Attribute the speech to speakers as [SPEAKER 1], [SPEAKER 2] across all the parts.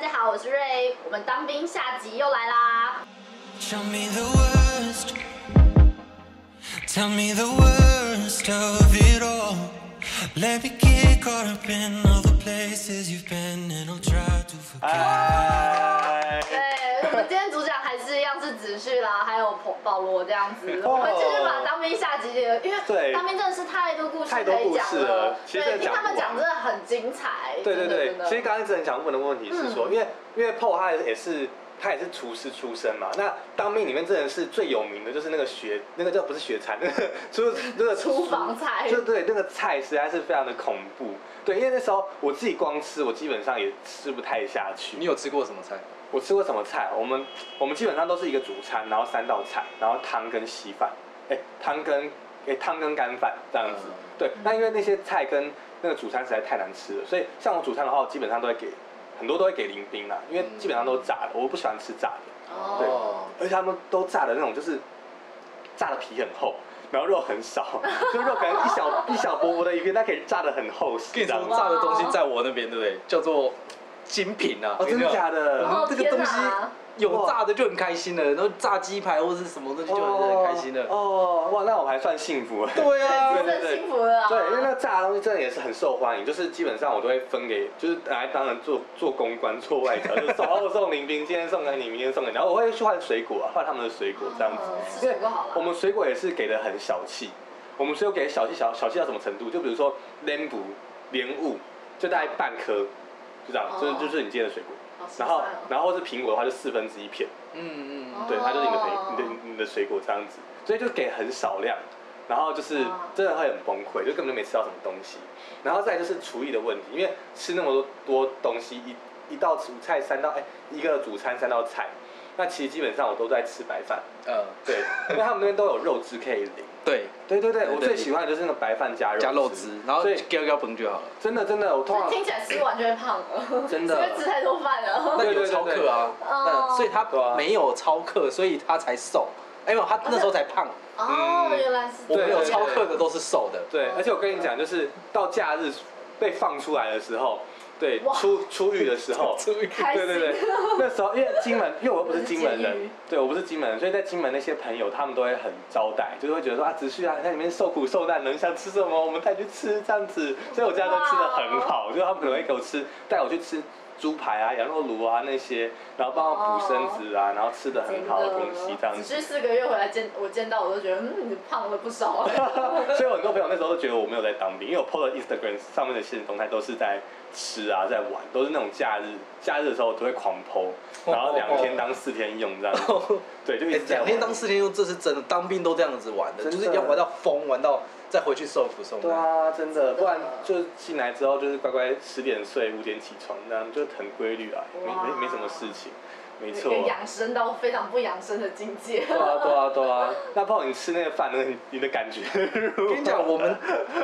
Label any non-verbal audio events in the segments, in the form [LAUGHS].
[SPEAKER 1] 家好，我是瑞，我们当兵下集又来啦。
[SPEAKER 2] Show me the worst. Tell me the worst of it all. Let me get caught up in all the places you've been, and I'll try to forget.
[SPEAKER 3] 哎， [LAUGHS]
[SPEAKER 1] 对，我们今天主讲还是一样是子旭啦，还有保保罗这样子。
[SPEAKER 3] 哦
[SPEAKER 1] 我们继续把当兵下集的，因为
[SPEAKER 3] 对
[SPEAKER 1] 当兵真的是太多故事
[SPEAKER 3] 太多
[SPEAKER 1] 可以
[SPEAKER 3] 故
[SPEAKER 1] 讲
[SPEAKER 3] 事
[SPEAKER 1] 了
[SPEAKER 3] 了，其实
[SPEAKER 1] 对，
[SPEAKER 3] 真的
[SPEAKER 1] 听
[SPEAKER 3] 讲
[SPEAKER 1] 他们
[SPEAKER 3] 不完
[SPEAKER 1] 讲真的很精彩。
[SPEAKER 3] 对对
[SPEAKER 1] 真的
[SPEAKER 3] 对
[SPEAKER 1] 真，的嗯
[SPEAKER 3] 其实刚刚一直很想问的问题是说，因为因为 PO 他也是他也是厨师出身嘛，那当兵里面真的是最有名的就是那个学那个叫不是学餐，那 [LAUGHS] 个就是那个
[SPEAKER 1] 厨房菜
[SPEAKER 3] 就对那个菜实在是非常的恐怖。对，因为那时候我自己光吃，我基本上也吃不太下去。
[SPEAKER 4] 你有吃过什么菜？
[SPEAKER 3] 我吃过什么菜？我们我们基本上都是一个主餐，然后三道菜，然后汤跟稀饭，哎、汤跟哎、汤跟干饭这样子。
[SPEAKER 4] 嗯
[SPEAKER 3] 对，那因为那些菜跟那个主餐实在太难吃了，所以像我主餐的话，我基本上都会给很多都会给林兵啦，因为基本上都是炸的，我不喜欢吃炸的，对
[SPEAKER 1] 哦，
[SPEAKER 3] 而且他们都炸的那种就是炸的皮很厚。然后肉很少， [LAUGHS] 就肉可能一小一小薄薄的一片，它可以炸的很厚实。
[SPEAKER 4] 跟你
[SPEAKER 3] 这样
[SPEAKER 4] 说
[SPEAKER 3] 子
[SPEAKER 4] 炸的东西在我那边，对不对？叫做精品啊！
[SPEAKER 3] 哦，真的假
[SPEAKER 4] 的？
[SPEAKER 3] 的？
[SPEAKER 1] 哦
[SPEAKER 4] 这个东西
[SPEAKER 1] 天哪
[SPEAKER 4] 有炸的就很开心了，然后炸鸡排或是什么东西就很很开心了。
[SPEAKER 3] 哦，哇，那我还算幸福。
[SPEAKER 4] 对啊，
[SPEAKER 1] 真的幸福了啊。
[SPEAKER 3] 对，因为那炸的东西真的也是很受欢迎，就是基本上我都会分给，就是拿来当然做做公关、做外交，就是
[SPEAKER 1] [LAUGHS]
[SPEAKER 3] 说哦我送林兵，今天送给你，明天送给你，然后我会去换水果啊，换他们的水果这样子。
[SPEAKER 1] 哦吃水果好了
[SPEAKER 3] 我们水果也是给的很小气，我们水果给的小气小小气到什么程度？就比如说莲雾，莲雾就大概半颗，就这样，就是
[SPEAKER 1] 哦
[SPEAKER 3] 就是你今天的水果。
[SPEAKER 1] 好心
[SPEAKER 3] 然
[SPEAKER 1] 酸
[SPEAKER 3] 后
[SPEAKER 1] 哦，
[SPEAKER 3] 然后是苹果的话，就四分之一片。
[SPEAKER 4] 嗯嗯，
[SPEAKER 1] 哦
[SPEAKER 3] 对，它就是你的水，你的你的水果这样子，所以就给很少量，然后就是
[SPEAKER 4] 嗯
[SPEAKER 1] 哦
[SPEAKER 3] 真的会很崩溃，就根本就没吃到什么东西。然后再来就是厨艺的问题，因为吃那么多多东西，一一道主菜三道，哎，一个主餐三道菜，那其实基本上我都在吃白饭，
[SPEAKER 4] 呃， [LAUGHS]
[SPEAKER 3] 对，因为他们那边都有肉汁可以淋。
[SPEAKER 4] 对，
[SPEAKER 3] 对对对，
[SPEAKER 4] 对
[SPEAKER 3] 我
[SPEAKER 4] 对
[SPEAKER 3] 最喜欢的就是那个白饭加肉
[SPEAKER 4] 加肉汁，然后
[SPEAKER 3] 所以
[SPEAKER 4] 浇浇崩就好了。
[SPEAKER 3] 真的真的，我通常
[SPEAKER 1] 听起来吃完就会胖了，
[SPEAKER 3] 真
[SPEAKER 1] [LAUGHS]
[SPEAKER 3] 的
[SPEAKER 1] 因为吃太多饭了。
[SPEAKER 4] 那
[SPEAKER 3] 对
[SPEAKER 4] 有
[SPEAKER 3] 对对
[SPEAKER 4] 超客啊，
[SPEAKER 1] 哦
[SPEAKER 4] 那所以他
[SPEAKER 3] 对啊
[SPEAKER 4] 没有超客，所以他才瘦。哎，没有，他那时候才胖。
[SPEAKER 1] 哦，
[SPEAKER 3] 嗯
[SPEAKER 1] 原来是这
[SPEAKER 4] 我
[SPEAKER 1] 样
[SPEAKER 4] 们有
[SPEAKER 3] 对
[SPEAKER 4] 超客的都是瘦的。，
[SPEAKER 3] 对，而且我跟你讲，就是到假日被放出来的时候，对
[SPEAKER 1] 哇，
[SPEAKER 3] 出出狱的时候
[SPEAKER 4] [LAUGHS] 出狱
[SPEAKER 1] 开心
[SPEAKER 3] 对对
[SPEAKER 1] [LAUGHS]
[SPEAKER 3] 对，那时候因为金门，因为我又不是金
[SPEAKER 1] 我
[SPEAKER 3] 门
[SPEAKER 1] 是金鱼
[SPEAKER 3] 人，对我不是金门人，所以在金门那些朋友他们都会很招待，就是会觉得说啊，子旭啊，你在里面受苦受难，能想吃什么我们带你去吃这样子，所以我家都吃的很好，就他们可能会给我吃，带我去吃。猪排啊、羊肉炉啊那些，然后帮我补身子
[SPEAKER 1] 哦
[SPEAKER 3] 啊，然后吃的很好的东西这样
[SPEAKER 1] 只
[SPEAKER 3] 子。
[SPEAKER 1] 是四个月回来见我见到我都觉得，嗯，你胖了不少
[SPEAKER 4] [LAUGHS]
[SPEAKER 1] 啊。
[SPEAKER 3] [LAUGHS] 所以我很多朋友那时候都觉得我没有在当兵，因为我 PO 的 Instagram 上面的现实动态都是在吃啊，在玩，都是那种假日，假日的时候都会狂 PO，然后两天当四天用这样子。对，就一
[SPEAKER 4] 哎
[SPEAKER 3] 直在
[SPEAKER 4] 两
[SPEAKER 3] 玩
[SPEAKER 4] 天当四天用，这是真的，当兵都这样子玩的，
[SPEAKER 3] 真
[SPEAKER 4] 就
[SPEAKER 3] 的
[SPEAKER 4] 是要玩到疯，玩到再回去受苦受
[SPEAKER 3] 对
[SPEAKER 4] 难。
[SPEAKER 3] 啊，真的，不然就是进来之后就是乖乖十点睡，五点起床，那样就很规律啊，没
[SPEAKER 1] 哇
[SPEAKER 3] 没没什么事情，没错
[SPEAKER 1] 可。以养生到非常不养生的境
[SPEAKER 4] [LAUGHS]
[SPEAKER 1] 界。
[SPEAKER 3] 对啊，对啊，对啊。那泡你吃那个饭，那 [LAUGHS] 你你的感觉如
[SPEAKER 4] 我
[SPEAKER 3] 何？
[SPEAKER 4] 跟你讲，我们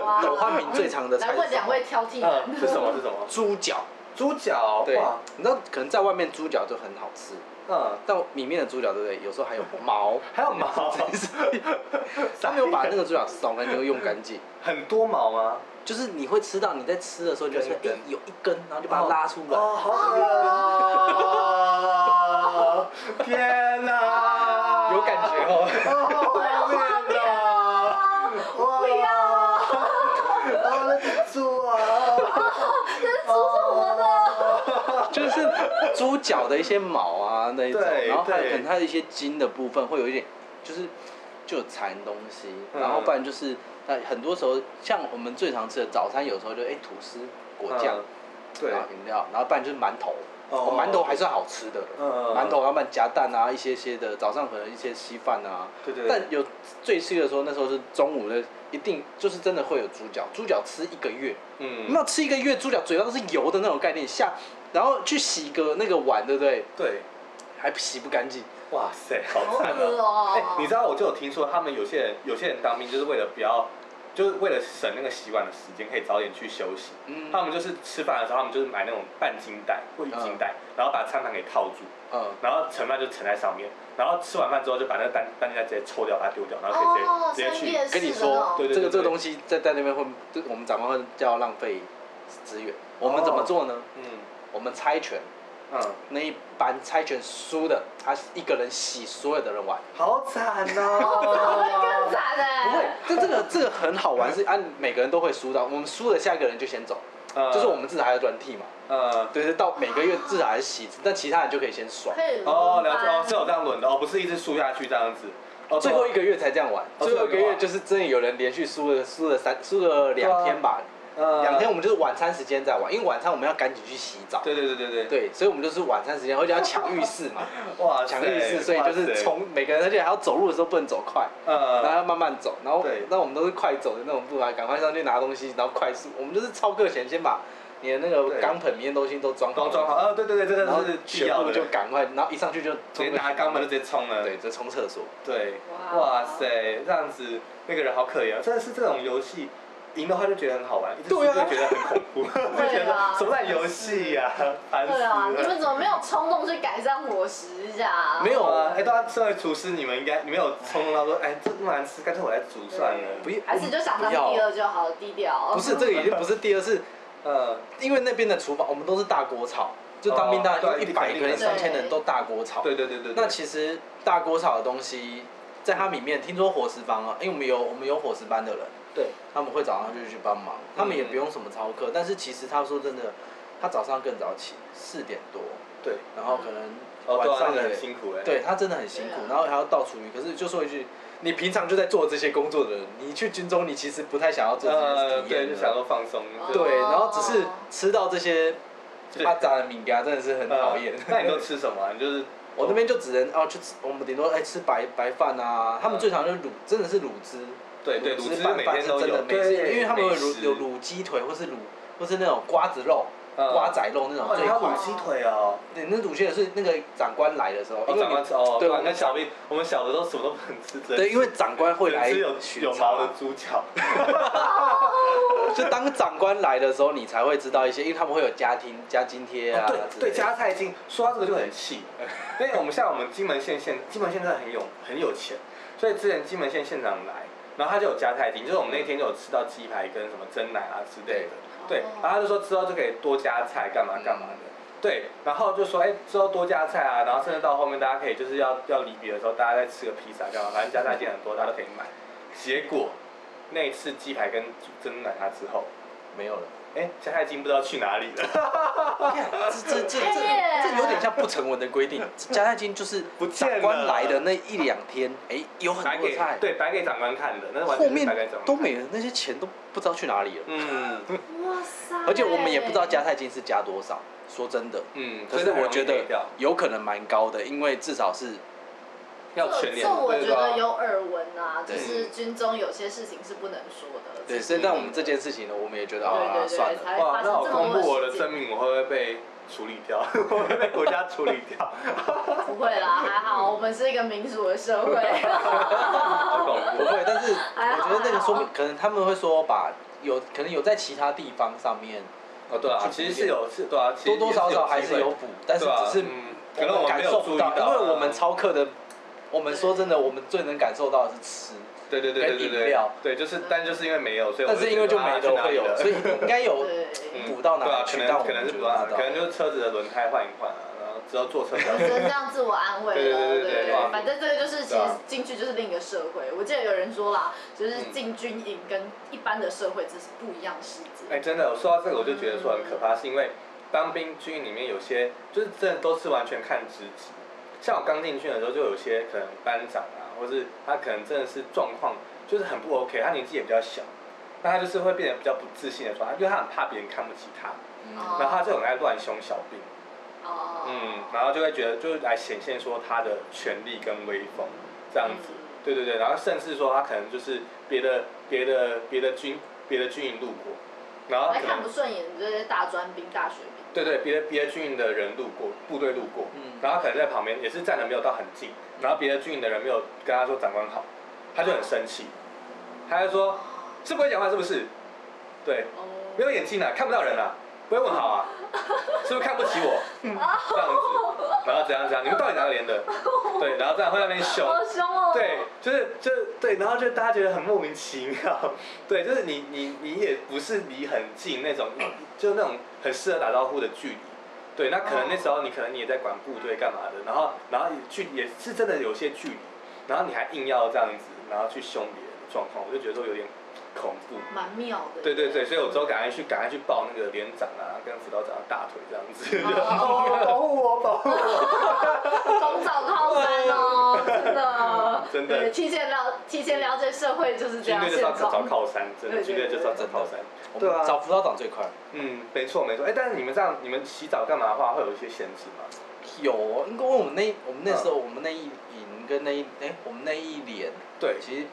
[SPEAKER 1] 哇
[SPEAKER 4] 斗汉民最常的菜
[SPEAKER 1] 来
[SPEAKER 4] 是
[SPEAKER 1] 问
[SPEAKER 4] 什
[SPEAKER 1] 两
[SPEAKER 4] 么？
[SPEAKER 1] 位挑剔男
[SPEAKER 3] 嗯，是什么？是什么？
[SPEAKER 4] 猪脚，
[SPEAKER 3] 猪脚，
[SPEAKER 4] 对
[SPEAKER 3] 哇，，
[SPEAKER 4] 你知道可能在外面猪脚就很好吃，
[SPEAKER 3] 嗯，
[SPEAKER 4] 但里面的猪脚对不对？有时候还有
[SPEAKER 3] [LAUGHS]
[SPEAKER 4] 毛，
[SPEAKER 3] 还有毛，啊
[SPEAKER 4] 他没有把那个猪脚扫干净用干
[SPEAKER 3] [LAUGHS]
[SPEAKER 4] 净，
[SPEAKER 3] 很多毛啊吗？
[SPEAKER 4] 就是你会吃到你在吃的时候，你就是
[SPEAKER 3] 一根
[SPEAKER 4] 哎有一根，然后就把它拉出来。
[SPEAKER 3] 哦，好恶哦！ [LAUGHS] 天哪，
[SPEAKER 4] 有感觉哦，
[SPEAKER 3] 哦，好画面啊！不要！哦，那是猪啊！
[SPEAKER 1] 这是猪是活的，
[SPEAKER 4] 就是猪脚的一些毛啊那一种，
[SPEAKER 3] 对
[SPEAKER 4] 然后还有
[SPEAKER 3] 对
[SPEAKER 4] 可能它的一些筋的部分会有一点，就是就有残东西，
[SPEAKER 3] 嗯
[SPEAKER 4] 然后不然就是那很多时候像我们最常吃的早餐，有时候就哎吐司、果酱，
[SPEAKER 3] 嗯对
[SPEAKER 4] 然后饮料，然后不然就是馒头。
[SPEAKER 3] 哦
[SPEAKER 4] 哦，馒头还算好吃的，
[SPEAKER 3] 嗯嗯嗯
[SPEAKER 4] 馒头要不然夹蛋啊，一些些的，早上可能一些稀饭啊。
[SPEAKER 3] 对对对
[SPEAKER 4] 但有最吃的时候，那时候是中午的，一定就是真的会有猪脚，猪脚吃一个月，
[SPEAKER 3] 嗯
[SPEAKER 4] 那吃一个月猪脚嘴巴都是油的那种概念下，然后去洗个那个碗，对不对？
[SPEAKER 3] 对，
[SPEAKER 4] 还洗不干净，
[SPEAKER 3] 哇塞，好
[SPEAKER 1] 好
[SPEAKER 3] 惨
[SPEAKER 1] 恶
[SPEAKER 3] 哦！哎、
[SPEAKER 1] 哦。
[SPEAKER 3] 你知道我就有听说，他们有些人有些人当兵就是为了不要，就是为了省那个洗碗的时间，可以早点去休息。
[SPEAKER 4] 嗯
[SPEAKER 3] 他们就是吃饭的时候，他们就是买那种半巾带或浴巾带，然后把餐盘给套住，
[SPEAKER 4] 嗯，
[SPEAKER 3] 然后盛饭就盛在上面，然后吃完饭之后就把那个单单巾带直接抽掉，把它丢掉，然后可以直接、
[SPEAKER 1] 哦，
[SPEAKER 3] 直接
[SPEAKER 1] 像
[SPEAKER 3] 去
[SPEAKER 1] 夜市
[SPEAKER 4] 跟你
[SPEAKER 1] 的那
[SPEAKER 4] 说，
[SPEAKER 1] 种
[SPEAKER 3] 对
[SPEAKER 4] 这个这个东西在在那边会，这
[SPEAKER 3] 哦
[SPEAKER 4] 我们长官会叫浪费资源。我们怎么做呢？
[SPEAKER 3] 嗯，
[SPEAKER 4] 我们猜拳，
[SPEAKER 3] 嗯，
[SPEAKER 4] 那一班猜拳输的，他一个人洗所有的人玩。
[SPEAKER 3] 好惨
[SPEAKER 1] 更
[SPEAKER 3] [LAUGHS] 哦！
[SPEAKER 1] 惨
[SPEAKER 4] 不会
[SPEAKER 1] 哎！，
[SPEAKER 4] 这这个这个很好玩，是按每个人都会输到，我们输了下一个人就先走，
[SPEAKER 3] 嗯
[SPEAKER 4] 就是我们至少还有专替嘛，
[SPEAKER 3] 嗯，
[SPEAKER 4] 对，是到每个月至少还是洗一次，但其他人就可以先爽，
[SPEAKER 1] 可以
[SPEAKER 3] 哦，了解哦，是有这样轮的哦，不是一直输下去这样子。哦，
[SPEAKER 4] 最后一个月才这样玩，
[SPEAKER 3] 哦
[SPEAKER 4] 最后一个
[SPEAKER 3] 最后一个
[SPEAKER 4] 月
[SPEAKER 3] 月
[SPEAKER 4] 就是真的有人连续输了输了三输了两天吧，
[SPEAKER 3] 嗯
[SPEAKER 4] 两天我们就是晚餐时间在玩，因为晚餐我们要赶紧去洗澡，
[SPEAKER 3] 对对对对对，
[SPEAKER 4] 对，所以我们就是晚餐时间，而且要抢浴室
[SPEAKER 3] [LAUGHS]
[SPEAKER 4] 嘛，
[SPEAKER 3] 哇塞
[SPEAKER 4] 抢浴室，所以就
[SPEAKER 3] 哇
[SPEAKER 4] 是
[SPEAKER 3] 塞
[SPEAKER 4] 从每个人，而且还要走路的时候不能走快，然后
[SPEAKER 3] 呃，
[SPEAKER 4] 要慢慢走，然后
[SPEAKER 3] 对
[SPEAKER 4] 那我们都是快走的那种步伐，赶快上去拿东西，然后快速，我们就是超课前先把你的那个
[SPEAKER 3] 对
[SPEAKER 4] 钢盆里面东西都装
[SPEAKER 3] 高装好，，呃，对对对，真
[SPEAKER 4] 然后
[SPEAKER 3] 的是必
[SPEAKER 4] 全
[SPEAKER 3] 要
[SPEAKER 4] 部
[SPEAKER 3] 的，
[SPEAKER 4] 就
[SPEAKER 3] 直
[SPEAKER 4] 赶快，然后一上去就
[SPEAKER 3] 接拿肛门就直接冲了。
[SPEAKER 4] 对，就冲厕所，
[SPEAKER 3] 对，
[SPEAKER 1] 哇
[SPEAKER 3] 哇塞，这样子那个人好可怜啊！真的是这种游戏赢的话就觉得很好玩，一直输
[SPEAKER 4] 对
[SPEAKER 3] 就
[SPEAKER 4] 啊
[SPEAKER 3] 觉得很恐怖， [LAUGHS] 就觉得
[SPEAKER 1] 对啊
[SPEAKER 3] 说什么烂游戏呀，烦死
[SPEAKER 1] 对啊，你
[SPEAKER 3] 了。
[SPEAKER 1] 们怎么没有冲动去改善伙食一下啊？
[SPEAKER 4] 没有
[SPEAKER 3] 啊，哎，对啊，身为厨师，你们应该你们有冲动到说，哎，这那么难吃，干脆我来煮算了。
[SPEAKER 4] 不要，
[SPEAKER 1] 还是就想当
[SPEAKER 4] 不要
[SPEAKER 1] 第二就好，低
[SPEAKER 3] 哦
[SPEAKER 1] 调。
[SPEAKER 4] 不是这个已经不是第二次，
[SPEAKER 3] 嗯，
[SPEAKER 4] 因为那边的厨房我们都是大锅炒，就当兵大
[SPEAKER 3] 哦对
[SPEAKER 4] 一百个人、
[SPEAKER 1] 对
[SPEAKER 4] 三千人都大锅炒。
[SPEAKER 3] 对对对对。对
[SPEAKER 4] 那其实大锅炒的东西，在他里面听说伙食班啊，因为我们有我们有伙食班的人，
[SPEAKER 3] 对，
[SPEAKER 4] 他们会早上就去帮忙，
[SPEAKER 3] 嗯
[SPEAKER 4] 他们也不用什么操课，但是其实他说真的，他早上更早起，四点多，
[SPEAKER 3] 对，
[SPEAKER 4] 然后可能
[SPEAKER 3] 哦，对
[SPEAKER 4] 晚
[SPEAKER 3] 啊，那
[SPEAKER 4] 上
[SPEAKER 3] 个
[SPEAKER 4] 也
[SPEAKER 3] 很辛苦哎。
[SPEAKER 4] 对他真的很辛
[SPEAKER 1] 对啊，
[SPEAKER 4] 苦然后还要倒厨余。可是就说一句，你平常就在做这些工作的人，你去军中，你其实不太想要做这
[SPEAKER 3] 呃，
[SPEAKER 4] 些体
[SPEAKER 3] 对，
[SPEAKER 4] 验
[SPEAKER 3] 就
[SPEAKER 4] 的。哦
[SPEAKER 3] 想说放松。
[SPEAKER 4] 对，然后只是吃到这些
[SPEAKER 3] 对
[SPEAKER 4] 阿杂的敏感，真的是很
[SPEAKER 3] 呃
[SPEAKER 4] 讨厌。
[SPEAKER 3] [LAUGHS] 那你都吃什么啊？你就是
[SPEAKER 4] [LAUGHS] 我那边就只能哦去吃，我们顶多哎吃白白饭啊，他们最常就是卤，真的是卤汁。
[SPEAKER 3] 嗯对对，
[SPEAKER 4] 卤
[SPEAKER 3] 卤
[SPEAKER 4] 汁
[SPEAKER 3] 汁
[SPEAKER 4] 拌
[SPEAKER 3] 每
[SPEAKER 4] 饭
[SPEAKER 3] 天
[SPEAKER 4] 是
[SPEAKER 3] 都
[SPEAKER 4] 真
[SPEAKER 3] 有
[SPEAKER 4] 的，美食，因为他们有
[SPEAKER 3] 美
[SPEAKER 4] 卤
[SPEAKER 3] 食
[SPEAKER 4] 有卤鸡腿或是卤或是那种瓜子肉、
[SPEAKER 3] 嗯
[SPEAKER 4] 瓜仔肉那种
[SPEAKER 3] 哦，
[SPEAKER 4] 最
[SPEAKER 3] 你还有
[SPEAKER 4] 快
[SPEAKER 3] 卤。鸡腿哦。
[SPEAKER 4] 对，那卤鸡腿是那个长官来的时候，
[SPEAKER 3] 哦，
[SPEAKER 4] 因为
[SPEAKER 3] 长官
[SPEAKER 4] 你
[SPEAKER 3] 吃哦，对，
[SPEAKER 4] 对，我
[SPEAKER 3] 我
[SPEAKER 4] 们
[SPEAKER 3] 跟小兵，我们小的都什么都不能吃，只能
[SPEAKER 4] 对，因为长官会
[SPEAKER 3] 只能 [LAUGHS]
[SPEAKER 4] 来啊
[SPEAKER 3] 吃有
[SPEAKER 4] 巡
[SPEAKER 3] 有毛
[SPEAKER 4] 查
[SPEAKER 3] 的，猪脚。
[SPEAKER 4] 就当长官来的时候，你才会知道一些，因为他们会有家庭加津贴
[SPEAKER 3] 哦
[SPEAKER 4] 啊之类的，
[SPEAKER 3] 对对，加菜金，说到这个就很气，因为我们像我们金门县县，金门县真的很有很有钱，所以之前金门县县长来，然后他就有加菜金，就是我们那天就有吃到鸡排跟什么蒸奶啊之类的，对
[SPEAKER 1] 哦，
[SPEAKER 3] 然后他就说之后就可以多加菜干嘛干嘛的。对，然后就说，哎，之后多加菜啊，然后甚至到后面大家可以就是要要离别的时候，大家再吃个披萨干嘛，反正加菜店很多，大家都可以买。结果那一次鸡排跟蒸奶啊茶之后，
[SPEAKER 4] 没有了。
[SPEAKER 3] 哎，加菜金不知道去哪里了，
[SPEAKER 4] 这这这这
[SPEAKER 1] 哎
[SPEAKER 4] 这有点像不成文的规定，加菜金就是
[SPEAKER 3] 不见了
[SPEAKER 4] 长官来的那一两天，哎，有很
[SPEAKER 3] 白
[SPEAKER 4] 多
[SPEAKER 3] 给
[SPEAKER 4] 菜，
[SPEAKER 3] 对白给长官看的，那完
[SPEAKER 4] 后
[SPEAKER 3] 全是
[SPEAKER 4] 面
[SPEAKER 3] 白给长官看的
[SPEAKER 4] 都没了，那些钱都不知道去哪里了。
[SPEAKER 3] 嗯
[SPEAKER 4] [LAUGHS]
[SPEAKER 1] 哇塞！
[SPEAKER 4] 而且我们也不知道加。菜金是加多少，说真的，
[SPEAKER 3] 嗯，
[SPEAKER 4] 可是
[SPEAKER 3] 所以很容易
[SPEAKER 4] 我觉得
[SPEAKER 3] 黑掉
[SPEAKER 4] 有可能蛮高的，因为至少是
[SPEAKER 3] 要全脸，
[SPEAKER 1] 这我觉
[SPEAKER 3] 对吧
[SPEAKER 1] 得有耳闻啊，就
[SPEAKER 4] 对
[SPEAKER 1] 是军中有些事情是不能说的。
[SPEAKER 4] 对，
[SPEAKER 1] 只
[SPEAKER 4] 所以
[SPEAKER 1] 一
[SPEAKER 4] 但
[SPEAKER 1] 定
[SPEAKER 3] 嗯
[SPEAKER 4] 我们这件事情呢，我们也觉得
[SPEAKER 1] 对对
[SPEAKER 4] 啊，
[SPEAKER 1] 对
[SPEAKER 4] 算
[SPEAKER 1] 才
[SPEAKER 4] 了，
[SPEAKER 3] 哇，那
[SPEAKER 1] 发生
[SPEAKER 3] 我
[SPEAKER 1] 这么
[SPEAKER 3] 公
[SPEAKER 1] 多
[SPEAKER 3] 布我的
[SPEAKER 1] 事情
[SPEAKER 3] 真名，我会不会被处理掉？ [LAUGHS] 会不会被国家处理
[SPEAKER 1] [LAUGHS]
[SPEAKER 3] 掉？
[SPEAKER 1] 不会
[SPEAKER 3] [LAUGHS]
[SPEAKER 1] 啦，还好，我们是一个民主的社会。
[SPEAKER 3] 好恐
[SPEAKER 4] 不
[SPEAKER 3] 怖。
[SPEAKER 4] 会。但是
[SPEAKER 1] 还
[SPEAKER 4] 我
[SPEAKER 1] 好
[SPEAKER 4] 觉得那个说
[SPEAKER 1] 还
[SPEAKER 4] 明
[SPEAKER 1] 好，
[SPEAKER 4] 可能他们会说把有可能有在其他地方上面
[SPEAKER 3] 哦，对啊，其实是有是，对啊，其实
[SPEAKER 4] 多多少少还是有
[SPEAKER 3] 机
[SPEAKER 4] 补，但是
[SPEAKER 3] 对啊
[SPEAKER 4] 只是
[SPEAKER 3] 嗯可
[SPEAKER 4] 我
[SPEAKER 3] 能我们
[SPEAKER 4] 们感
[SPEAKER 3] 没有
[SPEAKER 4] 受不到
[SPEAKER 3] 注，意到啊
[SPEAKER 4] 因为我们超课的，我们说真的，我们最能感受到的是吃，
[SPEAKER 3] 会，对对对对对
[SPEAKER 4] 跟饮
[SPEAKER 3] 对
[SPEAKER 4] 料，
[SPEAKER 3] 对，就是但就是因为没有，所以我
[SPEAKER 4] 但是因为就没
[SPEAKER 3] 觉
[SPEAKER 4] 了
[SPEAKER 3] 得啊去哪
[SPEAKER 4] 会
[SPEAKER 3] 里 [LAUGHS]
[SPEAKER 4] 有，
[SPEAKER 3] 了
[SPEAKER 4] 所以应该有
[SPEAKER 1] 对，
[SPEAKER 3] 嗯
[SPEAKER 4] 补到哪
[SPEAKER 3] 对啊
[SPEAKER 4] 里去
[SPEAKER 3] 可
[SPEAKER 4] 但我
[SPEAKER 3] 能可
[SPEAKER 4] 们
[SPEAKER 3] 能是
[SPEAKER 4] 就
[SPEAKER 3] 补到哪
[SPEAKER 4] 不
[SPEAKER 3] 里，啊
[SPEAKER 4] 知道
[SPEAKER 3] 可能就是车子的轮胎换一换啊，然后之后坐
[SPEAKER 1] [LAUGHS]
[SPEAKER 3] 车比较
[SPEAKER 1] 只能这样自我安慰了。
[SPEAKER 3] 对对对
[SPEAKER 1] 对
[SPEAKER 3] 对对
[SPEAKER 1] 反正这个就是其实
[SPEAKER 3] 对啊嗯
[SPEAKER 1] 进去就是另一个社会。我记得有人说啦，就是进军营跟一般的社会这是不一样的世界。
[SPEAKER 3] 哎、真的，我说到这个我就觉得说很可怕，是因为当兵军营里面有些就是真的都是完全看职级，像我刚进去的时候就有些可能班长啊，或是他可能真的是状况就是很不 OK，他年纪也比较小，那他就是会变得比较不自信的状态，因为他很怕别人看不起他，
[SPEAKER 1] 哦
[SPEAKER 3] 然后他就很爱乱凶小兵，
[SPEAKER 1] 哦，
[SPEAKER 3] 嗯，然后就会觉得就是来显现说他的权力跟威风这样子，
[SPEAKER 1] 嗯
[SPEAKER 3] 对对对，然后甚至说他可能就是别的别的别的军别的军营路过，然后
[SPEAKER 1] 还
[SPEAKER 3] 可能
[SPEAKER 1] 看不顺眼这些大专兵、大学兵。
[SPEAKER 3] 对对，别的别的军营的人路过，部队路过，
[SPEAKER 4] 嗯
[SPEAKER 3] 然后可能在旁边也是站的没有到很近，然后别的军营的人没有跟他说长官好，他就很生气，他就说是不会讲话是不是？对，没
[SPEAKER 1] 哦，
[SPEAKER 3] 有眼睛啊，看不到人啊，不会问好啊，是不是看不起我？这样子，然后怎样怎样，你们到底哪个连的？对，然后这样会在那边凶，
[SPEAKER 1] 好凶哦。
[SPEAKER 3] [LAUGHS] 对，就是就是对，然后就大家觉得很莫名其妙， [LAUGHS] 对，就是你
[SPEAKER 1] 嗯
[SPEAKER 3] 你你也不是离很近那种，就那种很适合打招呼的距离，对，那可能那时
[SPEAKER 1] 哦
[SPEAKER 3] 候你可能你也在管部队干嘛的，然后然后距也是真的有些距离，然后你还硬要这样子，然后去凶别人的状况，我就觉得说有点恐怖。
[SPEAKER 1] 蛮妙的。
[SPEAKER 3] 对对对，所以我之后赶快去赶快去抱那个连长啊，跟辅导长的大腿这样子，就 [LAUGHS]
[SPEAKER 1] 哦
[SPEAKER 3] 保护我，保护我。
[SPEAKER 1] 从早靠山哦，真的，
[SPEAKER 3] 真的
[SPEAKER 1] 对，提前了提前了解社会就是这
[SPEAKER 3] 军
[SPEAKER 1] 样
[SPEAKER 3] 队就是
[SPEAKER 1] 现
[SPEAKER 3] 要
[SPEAKER 1] 状。
[SPEAKER 3] 找靠山，真的
[SPEAKER 1] 对对
[SPEAKER 3] 军队就是要找
[SPEAKER 4] 真
[SPEAKER 3] 靠
[SPEAKER 4] 的
[SPEAKER 3] 山。
[SPEAKER 4] 我
[SPEAKER 3] 对啊
[SPEAKER 4] 们找辅导长最快。
[SPEAKER 3] 嗯，没错没错。哎，但是你们这样，你们洗澡干嘛的话，会有一些限制吗？
[SPEAKER 4] 有哦，因为我们那我们那时
[SPEAKER 3] 嗯
[SPEAKER 4] 候我们那一营跟那一哎我们那一连，
[SPEAKER 3] 对
[SPEAKER 4] 其实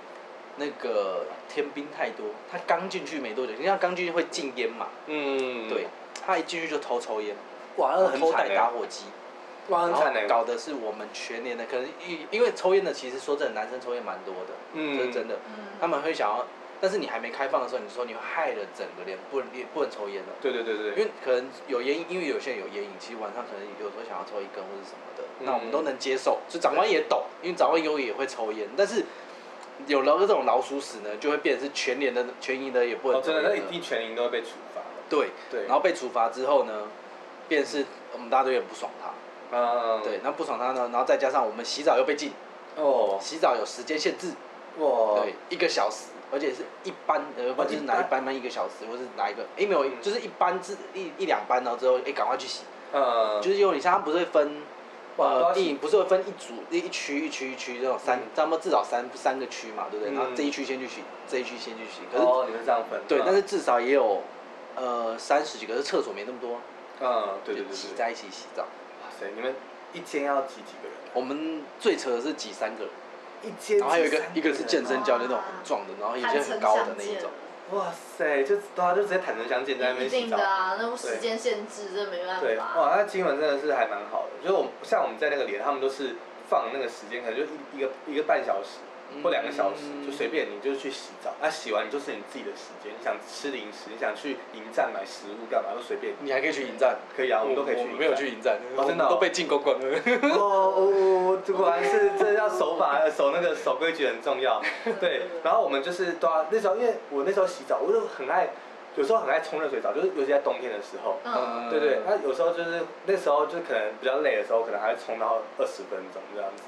[SPEAKER 4] 那个天兵太多，他刚进去没多久，你像刚进去会禁烟嘛，
[SPEAKER 3] 嗯，
[SPEAKER 4] 对，，他一进去就偷抽烟，
[SPEAKER 3] 哇，那很
[SPEAKER 4] 偷
[SPEAKER 3] 惨
[SPEAKER 4] 带
[SPEAKER 3] 欸
[SPEAKER 4] 打火机，
[SPEAKER 3] 哇，很
[SPEAKER 4] 然后
[SPEAKER 3] 惨哎，
[SPEAKER 4] 搞的是我们全年的，可能因因为抽烟的其实说真的，男生抽烟蛮多的，
[SPEAKER 3] 嗯
[SPEAKER 4] 这是真的，他
[SPEAKER 1] 嗯，
[SPEAKER 4] 们会想要，但是你还没开放的时候，你说你会害了整个连不能不能抽烟了。
[SPEAKER 3] 对对对对，
[SPEAKER 4] 因为可能有烟瘾，因为有些人有烟瘾，其实晚上可能有时候想要抽一根或者什么的，
[SPEAKER 3] 嗯
[SPEAKER 4] 那我们都能接受。就长官也懂，因为长官有也会抽烟，但是有了这种老鼠屎呢，就会变成是全连的全营的也不
[SPEAKER 3] 哦
[SPEAKER 4] 能，抽
[SPEAKER 3] 真
[SPEAKER 4] 烟
[SPEAKER 3] 的，
[SPEAKER 4] 了。
[SPEAKER 3] 那一定全营都会被处罚的。
[SPEAKER 4] 对
[SPEAKER 3] 对
[SPEAKER 4] 然后被处罚之后呢，便是我们大队也不爽他，
[SPEAKER 3] 嗯，
[SPEAKER 4] 对，，然后不爽他呢，然后再加上我们洗澡又被禁，
[SPEAKER 3] 哦，
[SPEAKER 4] 洗澡有时间限制，
[SPEAKER 3] 哇，
[SPEAKER 4] 对，，一个小时，而且是一班，呃，或者是哪
[SPEAKER 3] 哦一
[SPEAKER 4] 一
[SPEAKER 3] 班
[SPEAKER 4] 班班一个小时，或是哪一个，哎、没有
[SPEAKER 3] 嗯，
[SPEAKER 4] 就是一班至一一两班，然后之后，哎、赶快去洗，
[SPEAKER 3] 嗯，
[SPEAKER 4] 就是因为你像他不是会分，
[SPEAKER 3] 哇都要
[SPEAKER 4] 呃，
[SPEAKER 3] 洗
[SPEAKER 4] 电影不是会分一组一一区一区一区这种三
[SPEAKER 3] 嗯，
[SPEAKER 4] 他们至少三三个区嘛，对不
[SPEAKER 3] 嗯
[SPEAKER 4] 对？然后这一区先去洗，这一区先去洗，可是
[SPEAKER 3] 哦，你们这样分，
[SPEAKER 4] 对
[SPEAKER 3] 嗯，
[SPEAKER 4] 但是，至少也有呃三十几个，可是厕所没那么多，
[SPEAKER 3] 嗯，对对
[SPEAKER 4] 就
[SPEAKER 3] 对
[SPEAKER 4] 挤
[SPEAKER 3] 对，
[SPEAKER 4] 在一起洗澡。
[SPEAKER 3] 哇塞，你们一间要挤几个人啊？
[SPEAKER 4] 我们最扯的是挤三个人，
[SPEAKER 3] 一间，
[SPEAKER 4] 然后还有一个一个是健身教练那种
[SPEAKER 1] 哇
[SPEAKER 4] 很壮的，然后有
[SPEAKER 1] 坦
[SPEAKER 4] 些
[SPEAKER 1] 诚
[SPEAKER 4] 很高的
[SPEAKER 1] 相
[SPEAKER 4] 那一
[SPEAKER 1] 见
[SPEAKER 4] 种。
[SPEAKER 3] 哇塞，就对啊，就直接坦诚相见在那
[SPEAKER 1] 一
[SPEAKER 3] 边洗
[SPEAKER 1] 定
[SPEAKER 3] 澡
[SPEAKER 1] 的。啊，那时间限制真的没办
[SPEAKER 3] 对，
[SPEAKER 1] 法。
[SPEAKER 3] 哇，那金门真的是还蛮好的，就是我们像我们在那个连，他们都是放那个时间，可能就一一个一个半小时或两个小时，
[SPEAKER 4] 嗯
[SPEAKER 3] 就随便你就去洗澡，啊，洗完你就是你自己的时间，你想吃零食，你想去营站买食物干嘛都随便你。
[SPEAKER 4] 你还可以去迎战，
[SPEAKER 3] 可以啊我们都可以去
[SPEAKER 4] 我
[SPEAKER 3] 迎
[SPEAKER 4] 没有
[SPEAKER 3] 战
[SPEAKER 4] 去迎战，
[SPEAKER 3] 哦
[SPEAKER 4] 我
[SPEAKER 3] 真
[SPEAKER 4] 们
[SPEAKER 3] 的哦
[SPEAKER 4] 都被进光光了。
[SPEAKER 3] 哦哦，哦果然是这要守法，守那个守规矩很重
[SPEAKER 4] [LAUGHS]
[SPEAKER 3] 要。对，然后我们就是都要那时候，因为我那时候洗澡，我就很爱，有时候很爱冲热水澡，就是尤其在冬天的时候。
[SPEAKER 1] 嗯，
[SPEAKER 3] 对对，那有时候就是那时候就可能比较累的时候，可能还会冲到二十分钟这样子，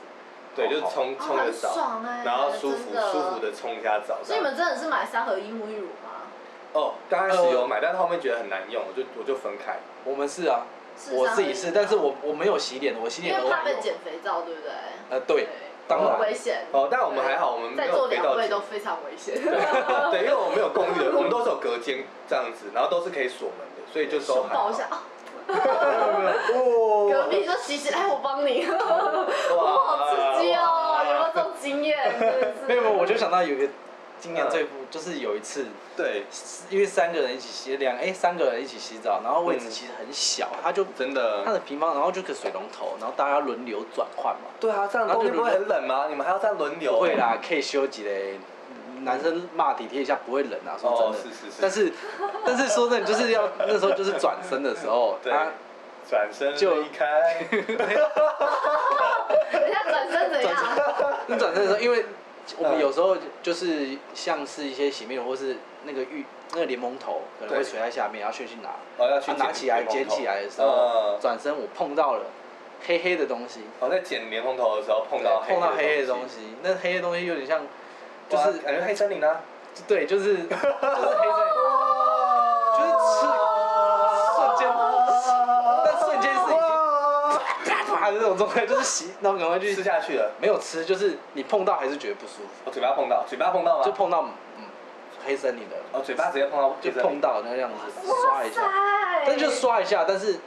[SPEAKER 3] 对，
[SPEAKER 4] 哦好
[SPEAKER 3] 就冲
[SPEAKER 1] 好
[SPEAKER 3] 冲个
[SPEAKER 1] 哦很
[SPEAKER 3] 澡
[SPEAKER 1] 爽，欸
[SPEAKER 3] 然后舒
[SPEAKER 1] 真
[SPEAKER 3] 服
[SPEAKER 1] 的
[SPEAKER 3] 舒服的冲一下澡。
[SPEAKER 1] 所以你们真的是买三合一沐浴乳吗？
[SPEAKER 3] 哦，刚
[SPEAKER 4] 呃
[SPEAKER 3] 开始有买，但是后面觉得很难用，我就我就分开。
[SPEAKER 4] [LAUGHS] 我们是啊，
[SPEAKER 1] 是
[SPEAKER 4] 我
[SPEAKER 1] 三合
[SPEAKER 4] 自
[SPEAKER 1] 一
[SPEAKER 4] 己是，
[SPEAKER 1] 吗
[SPEAKER 4] 但是我我没有洗脸的，我洗
[SPEAKER 1] 因
[SPEAKER 4] 脸
[SPEAKER 1] 为
[SPEAKER 4] 都
[SPEAKER 1] 怕
[SPEAKER 4] 没
[SPEAKER 1] 被
[SPEAKER 4] 有。
[SPEAKER 1] 减肥皂，对不对？
[SPEAKER 4] 呃，对，当
[SPEAKER 1] 很
[SPEAKER 4] 然
[SPEAKER 1] 危险。
[SPEAKER 3] 哦，但我们还好，我们没
[SPEAKER 1] 在
[SPEAKER 3] 有
[SPEAKER 1] 座
[SPEAKER 3] 飞
[SPEAKER 1] 两
[SPEAKER 3] 到
[SPEAKER 1] 位
[SPEAKER 3] 紧
[SPEAKER 1] 都非常危险。
[SPEAKER 3] [LAUGHS] 对，因为我们有公寓
[SPEAKER 1] [LAUGHS]
[SPEAKER 3] 的，我们都是有隔间这样子，然后都是可以锁门的，所以就说还好
[SPEAKER 1] [LAUGHS] 抱一下啊，
[SPEAKER 4] [LAUGHS]
[SPEAKER 3] 哦
[SPEAKER 1] 隔壁就洗洗，哎，我帮你，
[SPEAKER 3] 哇
[SPEAKER 1] 好刺激哦！有没有这种经验？真的
[SPEAKER 4] 没
[SPEAKER 1] 是
[SPEAKER 4] 有没有，我就想到有一个今年
[SPEAKER 3] 嗯
[SPEAKER 4] 最不就是有一次，
[SPEAKER 3] 对，
[SPEAKER 4] 因为三个人一起洗两哎三个人一起洗澡，然后位置
[SPEAKER 3] 嗯
[SPEAKER 4] 其实很小，他就
[SPEAKER 3] 真
[SPEAKER 4] 他
[SPEAKER 3] 的。
[SPEAKER 4] 的平方，然后就个水龙头，然后大家轮流转换嘛。
[SPEAKER 3] 对啊，这样
[SPEAKER 4] 然后
[SPEAKER 3] 冬
[SPEAKER 4] 就
[SPEAKER 3] 天不会很冷吗？你们还要再轮流？
[SPEAKER 4] 不会啦，可以休息嘞。男生骂体贴一下不会冷啊，说真
[SPEAKER 3] 哦
[SPEAKER 4] 的。
[SPEAKER 3] 是是是
[SPEAKER 4] 但是但是说真的，就是要那时候就是转身的时 [LAUGHS] 候，
[SPEAKER 3] 对
[SPEAKER 4] 他
[SPEAKER 3] 转身
[SPEAKER 4] 就
[SPEAKER 3] 离开。
[SPEAKER 4] [LAUGHS]
[SPEAKER 1] 人家转身怎样？
[SPEAKER 4] 那转身的时候，因为我们
[SPEAKER 3] 嗯
[SPEAKER 4] 有时候就是像是一些洗面乳或是那个浴那个柠檬头可能
[SPEAKER 3] 对
[SPEAKER 4] 会垂在下面，然后去去拿，
[SPEAKER 3] 哦要去
[SPEAKER 4] 啊拿
[SPEAKER 3] 捡
[SPEAKER 4] 起来
[SPEAKER 3] 柠檬头
[SPEAKER 4] 捡起来的时
[SPEAKER 3] 嗯
[SPEAKER 4] 候，转身我碰到了黑黑的东西，
[SPEAKER 3] 我哦在剪莲蓬头的时候碰到
[SPEAKER 4] 对碰到黑黑的东
[SPEAKER 3] 东，
[SPEAKER 4] 西，那黑黑的东西有点像，就
[SPEAKER 3] 就是
[SPEAKER 4] 是
[SPEAKER 3] 感觉黑森林啊，
[SPEAKER 4] 对，就是 [LAUGHS] 就是黑在。
[SPEAKER 3] 就
[SPEAKER 4] 就是吃瞬间但瞬间是已经啪啪的那种状态，就是洗，然后赶快去
[SPEAKER 3] 吃下去了，
[SPEAKER 4] 没有吃，就是你碰到还是觉得不舒服，
[SPEAKER 3] 我嘴巴碰到，嘴巴碰到吗？
[SPEAKER 4] 就碰到嗯黑森林的，
[SPEAKER 3] 哦，嘴巴直接碰到
[SPEAKER 4] 就
[SPEAKER 3] 黑森林，
[SPEAKER 4] 碰到那个样子刷一下，
[SPEAKER 1] 塞
[SPEAKER 4] 但就刷一下，但是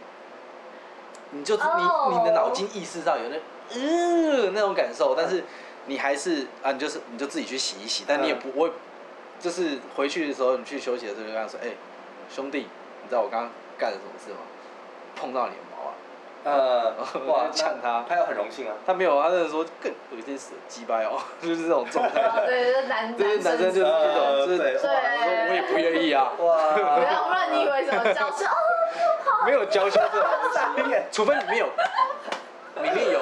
[SPEAKER 4] 你就你
[SPEAKER 1] 哦
[SPEAKER 4] 你的脑筋意识到有那嗯那种感受，但是你还是啊，你就是你就自己去洗一洗，但你也
[SPEAKER 1] 嗯
[SPEAKER 4] 不会就是回去的时候，你去休息的时候就跟他说，哎，兄弟，你知道我刚刚干了什么事吗？碰到你的毛啊！ [LAUGHS]
[SPEAKER 3] 呃，哇，
[SPEAKER 4] 就呛他
[SPEAKER 3] 那他要很荣幸啊。
[SPEAKER 4] 他没有，他那时候更有点死鸡掰哦， [LAUGHS] 就是这种状态。
[SPEAKER 1] 对，就是男
[SPEAKER 4] 这些男生就
[SPEAKER 1] 生
[SPEAKER 4] 是这
[SPEAKER 3] 呃
[SPEAKER 4] 种，就是
[SPEAKER 3] 对
[SPEAKER 4] 我说我也不愿意
[SPEAKER 1] [LAUGHS]
[SPEAKER 4] 啊， [LAUGHS]
[SPEAKER 1] 不
[SPEAKER 3] 哇，
[SPEAKER 1] 要乱你以为什么教授，哦
[SPEAKER 4] 没有交叉这种东西，
[SPEAKER 3] 傻眼，
[SPEAKER 4] 除非里面有，里面有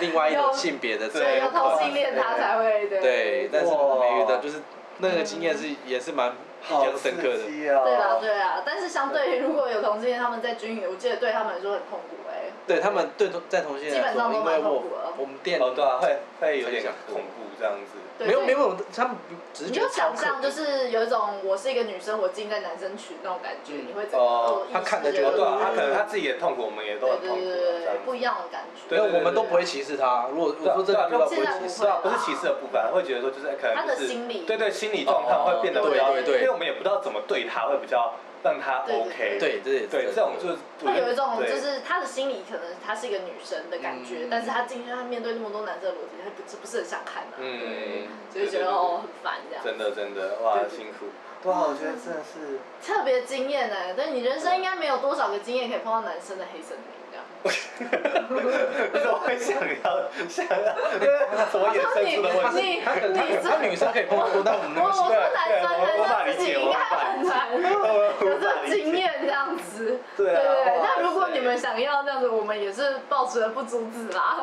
[SPEAKER 4] 另外一种性别的
[SPEAKER 3] 对
[SPEAKER 1] 对，
[SPEAKER 4] 在
[SPEAKER 1] 有同性恋他才会对。
[SPEAKER 4] 对，但是我没遇到，就是那个经验是也是蛮比
[SPEAKER 5] 好
[SPEAKER 4] 较
[SPEAKER 3] 啊
[SPEAKER 4] 深刻的
[SPEAKER 5] 刺。激哦。
[SPEAKER 1] 对啦，对啦，但是相对于如果有同性恋，他们在军营，我记得对他们来说很痛苦哎、
[SPEAKER 4] 对他们对同在同性恋来
[SPEAKER 1] 基本
[SPEAKER 4] 说，
[SPEAKER 1] 上都
[SPEAKER 4] 因为
[SPEAKER 1] 蛮痛
[SPEAKER 4] 我
[SPEAKER 1] 苦的
[SPEAKER 4] 我们店
[SPEAKER 3] 哦，对啊，会会有点
[SPEAKER 4] 分享
[SPEAKER 3] 恐怖这样子。
[SPEAKER 1] 对
[SPEAKER 4] 没有
[SPEAKER 1] 所以
[SPEAKER 4] 没有，他们只是
[SPEAKER 1] 你
[SPEAKER 4] 觉
[SPEAKER 1] 就
[SPEAKER 4] 得
[SPEAKER 1] 想象就
[SPEAKER 4] 超可
[SPEAKER 1] 是有一种我是一个女生，我进在男生群那种感觉，
[SPEAKER 4] 嗯
[SPEAKER 1] 你会怎么、
[SPEAKER 3] 哦
[SPEAKER 1] 呃
[SPEAKER 4] 他看着
[SPEAKER 1] 意识
[SPEAKER 4] 觉
[SPEAKER 3] 哦，
[SPEAKER 4] 得
[SPEAKER 3] 对啊，他可能
[SPEAKER 1] 对
[SPEAKER 3] 他自己也痛苦，我们也都很
[SPEAKER 1] 对
[SPEAKER 3] 痛
[SPEAKER 1] 对
[SPEAKER 3] 苦
[SPEAKER 1] 对
[SPEAKER 3] 这样
[SPEAKER 1] 对
[SPEAKER 3] 子，
[SPEAKER 1] 不一样的感觉。
[SPEAKER 4] 没有，
[SPEAKER 3] 对对对
[SPEAKER 4] 我们都不会歧视他。如果我说这
[SPEAKER 3] 对
[SPEAKER 4] 个
[SPEAKER 3] 啊
[SPEAKER 4] 遇
[SPEAKER 3] 对啊不
[SPEAKER 4] 到
[SPEAKER 1] 现
[SPEAKER 4] 不会
[SPEAKER 1] 在
[SPEAKER 4] 歧
[SPEAKER 1] 不
[SPEAKER 4] 视，
[SPEAKER 1] 会
[SPEAKER 3] 对啊
[SPEAKER 1] 啦，
[SPEAKER 3] 不是歧视的部分，会觉得说就是哎可能
[SPEAKER 1] 他的
[SPEAKER 3] 就是
[SPEAKER 1] 心理
[SPEAKER 3] 对对心理状况会变得比较
[SPEAKER 1] 哦，对对对
[SPEAKER 3] 因为我们也不知道怎么对他会比较让他
[SPEAKER 1] 对对
[SPEAKER 3] OK，
[SPEAKER 4] 对，这也是
[SPEAKER 3] 对，这种就是
[SPEAKER 1] 会有一种
[SPEAKER 3] 对
[SPEAKER 1] 就是她的心里可能她是一个女生的感觉，
[SPEAKER 4] 嗯
[SPEAKER 1] 但是她进去她面对那么多男生的裸体，她不是不是很想看的、啊，
[SPEAKER 3] 嗯，
[SPEAKER 1] 所以就觉得哦很烦这样。
[SPEAKER 3] 对，对对真的真的哇
[SPEAKER 1] 对对
[SPEAKER 3] 辛苦，
[SPEAKER 1] [LAUGHS]
[SPEAKER 5] 对啊，我觉得真的是，
[SPEAKER 1] 特别惊艳呢、啊但你人生应该没有多少个经验可以碰到男生的黑森林这样。
[SPEAKER 3] 你怎么会想要想要？因为从我衍生出的问题，
[SPEAKER 1] 你
[SPEAKER 4] 他可能他
[SPEAKER 1] 你是
[SPEAKER 4] 他女生可以碰到多，但我们
[SPEAKER 1] 我
[SPEAKER 3] 啊
[SPEAKER 4] 那
[SPEAKER 1] 我
[SPEAKER 4] 个是
[SPEAKER 1] 是男生，男生自己应该很难 [LAUGHS] 有这
[SPEAKER 3] 法理解
[SPEAKER 1] 经验这样子。
[SPEAKER 3] 对啊
[SPEAKER 1] 对对
[SPEAKER 3] 哇，
[SPEAKER 1] 那如果
[SPEAKER 3] 塞
[SPEAKER 1] 你们想要这样子，我们也是抱持了不阻止啦。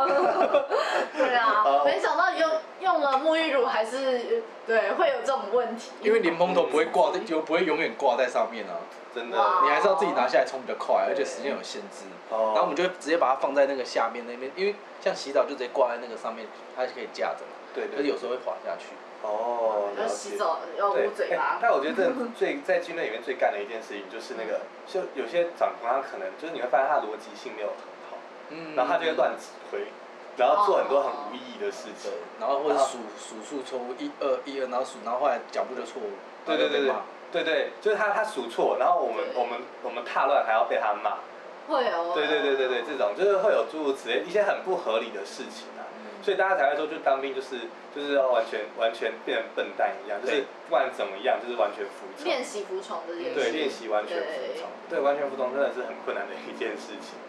[SPEAKER 1] 对啊
[SPEAKER 3] 好，
[SPEAKER 1] 没想到用用了沐浴乳还是呃对会有这种问题。
[SPEAKER 4] 因为淋蓬头不会挂在，就不会永远挂在上面啊。
[SPEAKER 3] 真的
[SPEAKER 1] 哇
[SPEAKER 4] 你还是要自己拿下来冲比较快，而且时间有限制。
[SPEAKER 3] 哦
[SPEAKER 4] 然后我们就会直接把它放在那个下面那边，因为像洗澡就直接挂在那个上面，它是可以架着嘛。
[SPEAKER 3] 对对
[SPEAKER 4] 可是有时候会滑下去。
[SPEAKER 3] 哦，
[SPEAKER 1] 要
[SPEAKER 3] 了
[SPEAKER 1] 洗
[SPEAKER 3] 解。
[SPEAKER 1] 澡，要
[SPEAKER 3] 对
[SPEAKER 1] 捂，嘴
[SPEAKER 3] 哎 [LAUGHS]
[SPEAKER 1] 巴。
[SPEAKER 3] 但我觉得这
[SPEAKER 1] [LAUGHS]
[SPEAKER 3] 最在军队里面最干的一件事情就是那个，
[SPEAKER 1] 嗯
[SPEAKER 3] 就有些长官他可能就是你会发现他的逻辑性没有很好，
[SPEAKER 4] 嗯
[SPEAKER 3] 然后他就会乱指挥，然后做很多很无意义的事情
[SPEAKER 4] 对。，
[SPEAKER 1] 哦
[SPEAKER 4] 然后或者
[SPEAKER 3] 啊
[SPEAKER 4] 数数数错误，一二一二，然后数，然后后来脚步就错误，
[SPEAKER 3] 对对
[SPEAKER 4] 然后就被
[SPEAKER 3] 对对
[SPEAKER 4] 骂
[SPEAKER 3] 对对，就是他他数错，然后我们
[SPEAKER 1] 对
[SPEAKER 3] 我们我们踏乱还要被他骂。
[SPEAKER 1] 会哦。
[SPEAKER 3] 对对对对对，这种就是会有诸如此类一些很不合理的事情啊，
[SPEAKER 4] 嗯
[SPEAKER 3] 所以大家才会说，就当兵就是就是要完全完全变成笨蛋一样，就是
[SPEAKER 4] 对
[SPEAKER 3] 不管怎么样就是完全服从。
[SPEAKER 1] 练习服从这件
[SPEAKER 3] 对，
[SPEAKER 1] 事。
[SPEAKER 3] 练习完全服从，对，完全服从真的是很困难的一件事情。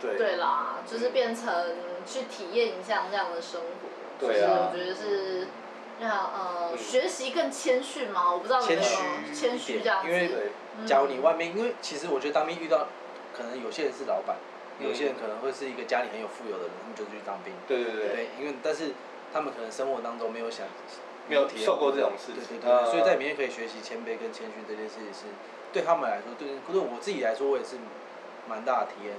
[SPEAKER 3] 对，
[SPEAKER 1] 对啦，就是变成去体验一下这样的生活。
[SPEAKER 3] 对啊
[SPEAKER 1] 就是我觉得是让呃、
[SPEAKER 3] 嗯
[SPEAKER 1] 学习更谦逊嘛，我不知道有没有
[SPEAKER 4] 谦虚一点
[SPEAKER 1] 谦虚这样子。
[SPEAKER 4] 因为
[SPEAKER 3] 对，
[SPEAKER 1] 嗯
[SPEAKER 4] 假如你外面，因为其实我觉得当兵遇到，可能有些人是老板，
[SPEAKER 3] 嗯
[SPEAKER 4] 有些人可能会是一个家里很有富有的人，他们就去当兵。
[SPEAKER 3] 对对对，
[SPEAKER 4] 对，因为但是他们可能生活当中没有想，
[SPEAKER 3] 没有受过这种事
[SPEAKER 4] 对对
[SPEAKER 3] 情，啊
[SPEAKER 4] 对，所以在里
[SPEAKER 3] 面
[SPEAKER 4] 面可以学习谦卑跟谦虚这件事情是对他们来说，对对我自己来说，我也是蛮大的体验的。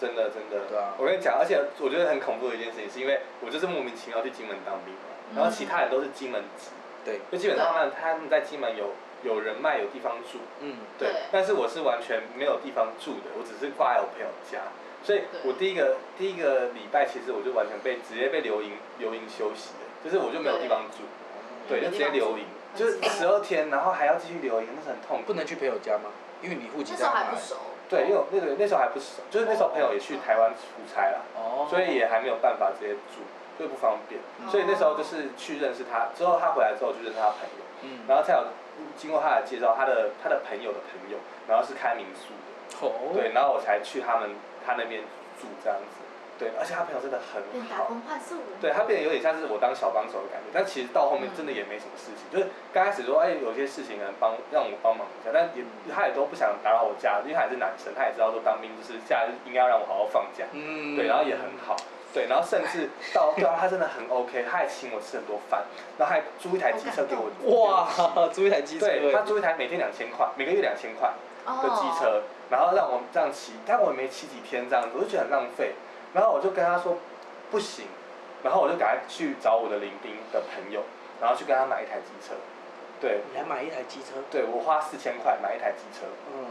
[SPEAKER 3] 真的真的，
[SPEAKER 4] 对啊
[SPEAKER 3] 我跟你讲，而且我觉得很恐怖的一件事情，是因为我就是莫名其妙去金门当兵嘛，然后其他人都是金门籍，
[SPEAKER 4] 对，
[SPEAKER 3] 就基本上他们他们在金门有有人脉，有地方住，
[SPEAKER 4] 嗯，
[SPEAKER 3] 对
[SPEAKER 1] 对，
[SPEAKER 3] 但是我是完全没有地方住的，我只是挂在我朋友家，所以
[SPEAKER 1] 对
[SPEAKER 3] 我第一个第一个礼拜其实我就完全被直接被留营留营休息的，就是我就没有地方住，对，就直接留营，就是十二天，然后还要继续留营，那是很痛苦。
[SPEAKER 4] 不能去朋友家吗？因为你户籍
[SPEAKER 1] 那
[SPEAKER 4] 在
[SPEAKER 1] 时候还
[SPEAKER 4] 哪
[SPEAKER 1] 不
[SPEAKER 4] 里
[SPEAKER 1] 熟，
[SPEAKER 3] 对，因为我那个那时候还不熟，就是那时候朋友也去台湾出差啦，
[SPEAKER 4] 哦，
[SPEAKER 3] 所以也还没有办法直接住，就不方便，所以那时候就是去认识他，之后他回来之后就认识他朋友，
[SPEAKER 4] 嗯，
[SPEAKER 3] 然后才有经过他的介绍，他的他的朋友的朋友，然后是开民宿的。
[SPEAKER 4] 哦，
[SPEAKER 3] 对，然后我才去他们他那边住这样子，对，而且他朋友真的很
[SPEAKER 1] 变打
[SPEAKER 3] 好，
[SPEAKER 1] 工换宿。
[SPEAKER 3] 对他变得有点像是我当小帮手的感觉，但其实到后面真的也没什么事情，就是刚开始说哎有些事情可能帮让我帮忙一下，但也
[SPEAKER 1] 嗯
[SPEAKER 3] 他也都不想打扰我家，因为他也是男生，他也知道说当兵就是假日应该要让我好好放假，
[SPEAKER 4] 嗯，
[SPEAKER 3] 对，然后也很好。对，然后甚至到对啊，他真的很 OK，他还请我吃很多饭，然后还租一台机车给我。
[SPEAKER 1] 哦
[SPEAKER 4] 哇，租一台机车，
[SPEAKER 3] 对他租一台每天两千块，每个月两千块，
[SPEAKER 1] 哦
[SPEAKER 3] 的机车，然后让我这样骑，但我也没骑几天这样子，我就觉得很浪费。然后我就跟他说不行，然后我就赶快去找我的邻兵的朋友，然后去跟他买一台机车。对，
[SPEAKER 4] 你还买一台机车，
[SPEAKER 3] 对我花四千块买一台机车，
[SPEAKER 4] 嗯，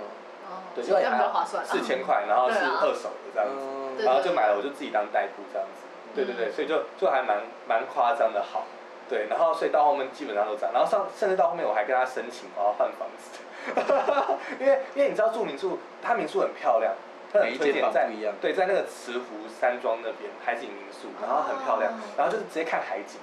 [SPEAKER 1] 哦，
[SPEAKER 3] 对，
[SPEAKER 1] 这样比较划算啊。
[SPEAKER 3] 四千块，然后是
[SPEAKER 1] 对啊
[SPEAKER 3] 二手的这样子，
[SPEAKER 4] 嗯
[SPEAKER 1] 对嗯
[SPEAKER 3] 然后就买了，我就自己当代步这样子。对对对，所以就就还蛮蛮夸张的好。对，然后所以到后面基本上都这样，然后上甚至到后面我还跟他申请我要换房子， [LAUGHS] 因为因为你知道住民宿，它民宿很漂亮，它
[SPEAKER 4] 每
[SPEAKER 3] 很
[SPEAKER 4] 一
[SPEAKER 3] 推
[SPEAKER 4] 间
[SPEAKER 3] 荐
[SPEAKER 4] 房
[SPEAKER 3] 在
[SPEAKER 4] 不一样
[SPEAKER 3] 对在那个慈湖山庄那边海景民宿，然后很漂亮
[SPEAKER 1] 哦，
[SPEAKER 3] 然后就是直接看海景，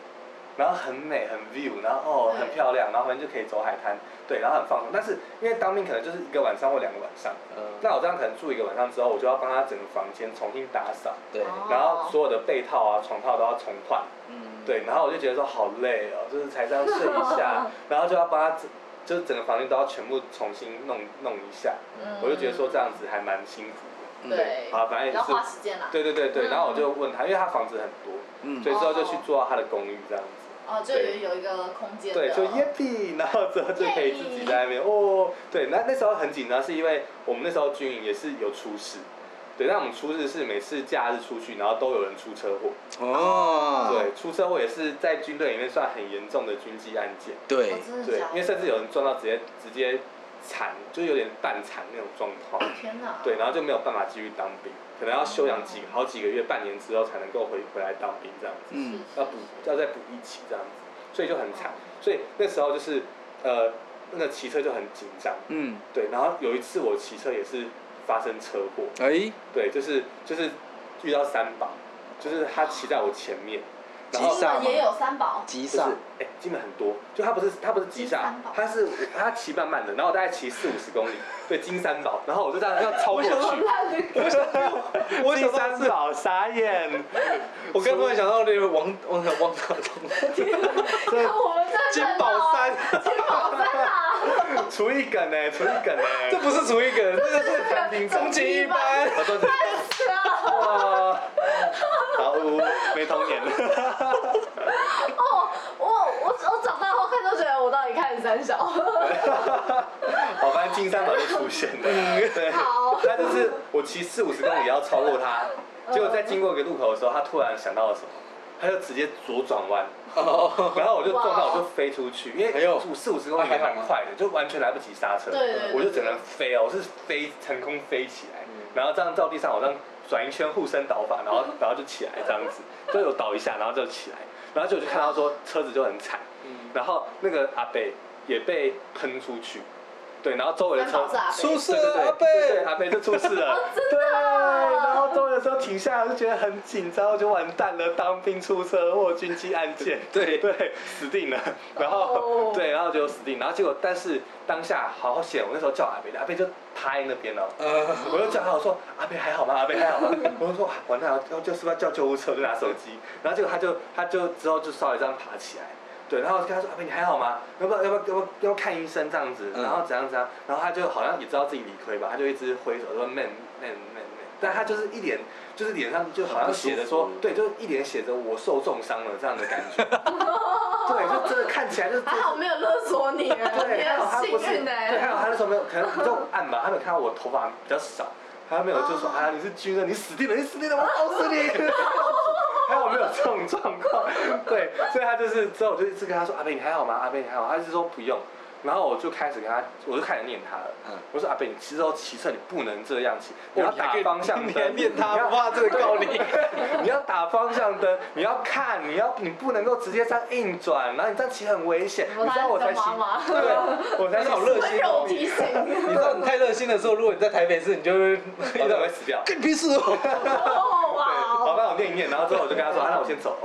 [SPEAKER 3] 然后很美很 view，然后哦
[SPEAKER 1] 对
[SPEAKER 3] 很漂亮，然后旁边就可以走海滩，对，然后很放松。但是因为当兵可能就是一个晚上或两个晚上，
[SPEAKER 4] 嗯
[SPEAKER 3] 那我这样可能住一个晚上之后，我就要帮他整个房间重新打扫，
[SPEAKER 4] 对，
[SPEAKER 1] 哦
[SPEAKER 3] 然后所有的被套啊、床套都要重换，
[SPEAKER 4] 嗯，
[SPEAKER 3] 对，然后我就觉得说好累哦，就是才这样睡一
[SPEAKER 1] [LAUGHS]
[SPEAKER 3] 下，然后就要帮他整，就是整个房间都要全部重新弄弄一下，
[SPEAKER 1] 嗯
[SPEAKER 3] 我就觉得说这样子还蛮辛苦的，
[SPEAKER 1] 对
[SPEAKER 3] 好，反正也
[SPEAKER 1] 要花时
[SPEAKER 3] 是，
[SPEAKER 1] 间啦。啊
[SPEAKER 3] 对对对对，
[SPEAKER 1] 嗯
[SPEAKER 3] 然后我就问他，因为他房子很多，
[SPEAKER 4] 嗯
[SPEAKER 3] 所以之后就去住到他的公寓这样子，
[SPEAKER 1] 哦，就有有一个空间的，哦
[SPEAKER 3] 对，就耶比，然后之后就可以自己在那边哦。对，那那时候很紧张，是因为我们那时候军营也是有出事。对，那我们出事是每次假日出去，然后都有人出车祸。
[SPEAKER 1] 嗯
[SPEAKER 4] 哦，
[SPEAKER 3] 对，出车祸也是在军队里面算很严重的军纪案件。
[SPEAKER 4] 对
[SPEAKER 1] 哦，真的
[SPEAKER 3] 对
[SPEAKER 1] 假，的？
[SPEAKER 3] 因为甚至有人撞到直接直接残，就有点半残那种状况。
[SPEAKER 1] 天哪，
[SPEAKER 3] 对，然后就没有办法继续当兵，可能要休养几好几个月、半年之后才能够回回来当兵这样
[SPEAKER 1] 是，
[SPEAKER 3] 子。
[SPEAKER 4] 嗯，
[SPEAKER 3] 要补要再补一期这样子，所以就很惨。所以那时候就是呃，那个骑车就很紧张，
[SPEAKER 4] 嗯，
[SPEAKER 3] 对。然后有一次我骑车也是发生车祸，
[SPEAKER 4] 哎，
[SPEAKER 3] 对，就是就是遇到三宝，就是他骑在我前面，然
[SPEAKER 4] 急
[SPEAKER 3] 后
[SPEAKER 1] 金
[SPEAKER 4] 刹
[SPEAKER 1] 门也有三宝，
[SPEAKER 4] 急
[SPEAKER 3] 就是
[SPEAKER 4] 刹，
[SPEAKER 3] 哎，金门很多，就他不是他不是急刹
[SPEAKER 1] 金三宝，
[SPEAKER 3] 他是他骑慢慢的，然后我大概骑四五十公里，对，金三宝，然后我就这样要超过去。金三宝傻眼，
[SPEAKER 4] 我刚突然想到那个王王王大东，
[SPEAKER 1] 看我们在
[SPEAKER 4] 金宝山，
[SPEAKER 1] 金宝啊山啊，
[SPEAKER 3] 厨艺梗呢，厨艺梗欸呢，
[SPEAKER 4] 这不是厨艺梗，这个是终极一班，
[SPEAKER 3] 我说这
[SPEAKER 1] 是啊，
[SPEAKER 3] 哇，好污，没童年。
[SPEAKER 1] 哦，我我我长大后看都觉得我到底看三小，
[SPEAKER 3] 我发现金三宝就出现了，对，
[SPEAKER 1] 好
[SPEAKER 3] 他就是我骑四五十公里要超过他，结果在经过一个路口的时候，他突然想到了什么，他就直接左转弯，
[SPEAKER 4] 哦，
[SPEAKER 3] [LAUGHS] 然后我就撞到，
[SPEAKER 1] 哇
[SPEAKER 3] 我就飞出去，因
[SPEAKER 4] 哎
[SPEAKER 3] 为
[SPEAKER 4] 呦
[SPEAKER 3] 五四五十公里还蛮快的，就完全来不及刹车，
[SPEAKER 1] 对对对
[SPEAKER 3] 我就整个人飞哦，我是飞腾空飞起来，然后这样到地上，我这样转一圈护身倒法，
[SPEAKER 1] [LAUGHS]
[SPEAKER 3] 然后然后就起来这样子，就有倒一下，然后就起来，然后就我就看到说车子就很惨，然后那个阿北也被喷出去，对，然后周围的
[SPEAKER 1] 三
[SPEAKER 3] 车
[SPEAKER 1] 宝是阿
[SPEAKER 4] 出
[SPEAKER 1] 北，
[SPEAKER 4] 事
[SPEAKER 3] 对对
[SPEAKER 4] 了，
[SPEAKER 3] 对
[SPEAKER 4] 阿
[SPEAKER 3] 对对
[SPEAKER 4] 贝，
[SPEAKER 3] 阿北就出事了，对，然后周围的车停下来，我就觉得很紧张，就完蛋了，当兵出车祸，军机案件，
[SPEAKER 4] [LAUGHS] 对
[SPEAKER 3] 对，死定了，然后、
[SPEAKER 1] 哦
[SPEAKER 3] 对，然后就死定，然后结果但是当下好险，我那时候叫阿北，阿北就趴在那边了。
[SPEAKER 4] 呃，
[SPEAKER 3] 我就叫他，我说阿北还好吗？阿北还好吗？ [LAUGHS] 我就说哇完蛋了，要就是不是要叫救护车，我就拿手机，然后结果他就他就之后就稍微这样爬起来，对，然后我就跟他说阿北你还好吗？要不要要不要要不要要不要看医生这样子？
[SPEAKER 4] 嗯
[SPEAKER 3] 然后怎样怎样？然后他就好像也知道自己理亏吧，他就一直挥手说 man man man man，但他就是一脸就是脸上就好像写着说
[SPEAKER 4] 很不舒服
[SPEAKER 3] 对，就是一脸写着我受重伤了这样的感
[SPEAKER 4] [LAUGHS]
[SPEAKER 3] 觉，对，就真的看起来就是
[SPEAKER 1] 还好没有勒索你，你
[SPEAKER 3] 对，还好他
[SPEAKER 1] 很
[SPEAKER 3] 不
[SPEAKER 1] 幸
[SPEAKER 3] 是，
[SPEAKER 1] 运呢，
[SPEAKER 3] 对，还好他那时候没有，可能比较暗吧，他没有看到我头发比较少，他没有就说啊你是军人，你死定了，你死定了，我告诉你。还好没有这种状况，对，所以他就是之后我就一直跟他说阿贝你还好吗？阿贝你还好？他就说不用，然后我就开始跟他，我就开始念他了。
[SPEAKER 4] 嗯
[SPEAKER 3] 我说阿贝，你骑车骑车你不能这样骑，你
[SPEAKER 4] 我
[SPEAKER 3] 要打方向
[SPEAKER 4] 你
[SPEAKER 3] 灯，
[SPEAKER 4] 还念他
[SPEAKER 3] 你要，
[SPEAKER 4] 哇，这个告你，
[SPEAKER 3] 你要打方向灯，你要看，你要你不能够直接这样硬转，然后你这样骑很危险。
[SPEAKER 1] 我
[SPEAKER 3] 你知道我才骑
[SPEAKER 1] 当你的妈，妈
[SPEAKER 3] 对，我才骑
[SPEAKER 4] 好热
[SPEAKER 1] 温柔提醒，
[SPEAKER 4] 你知道你太热心的时候，如果你在台北市，你就会
[SPEAKER 3] 我
[SPEAKER 4] 哦
[SPEAKER 3] 怎么会死掉？
[SPEAKER 4] 更屁事哦，
[SPEAKER 1] 哦哇
[SPEAKER 3] 好，
[SPEAKER 1] 哦，
[SPEAKER 3] 那我念一念，然后之后我就跟他说，啊，那我先
[SPEAKER 4] [LAUGHS]
[SPEAKER 3] 走。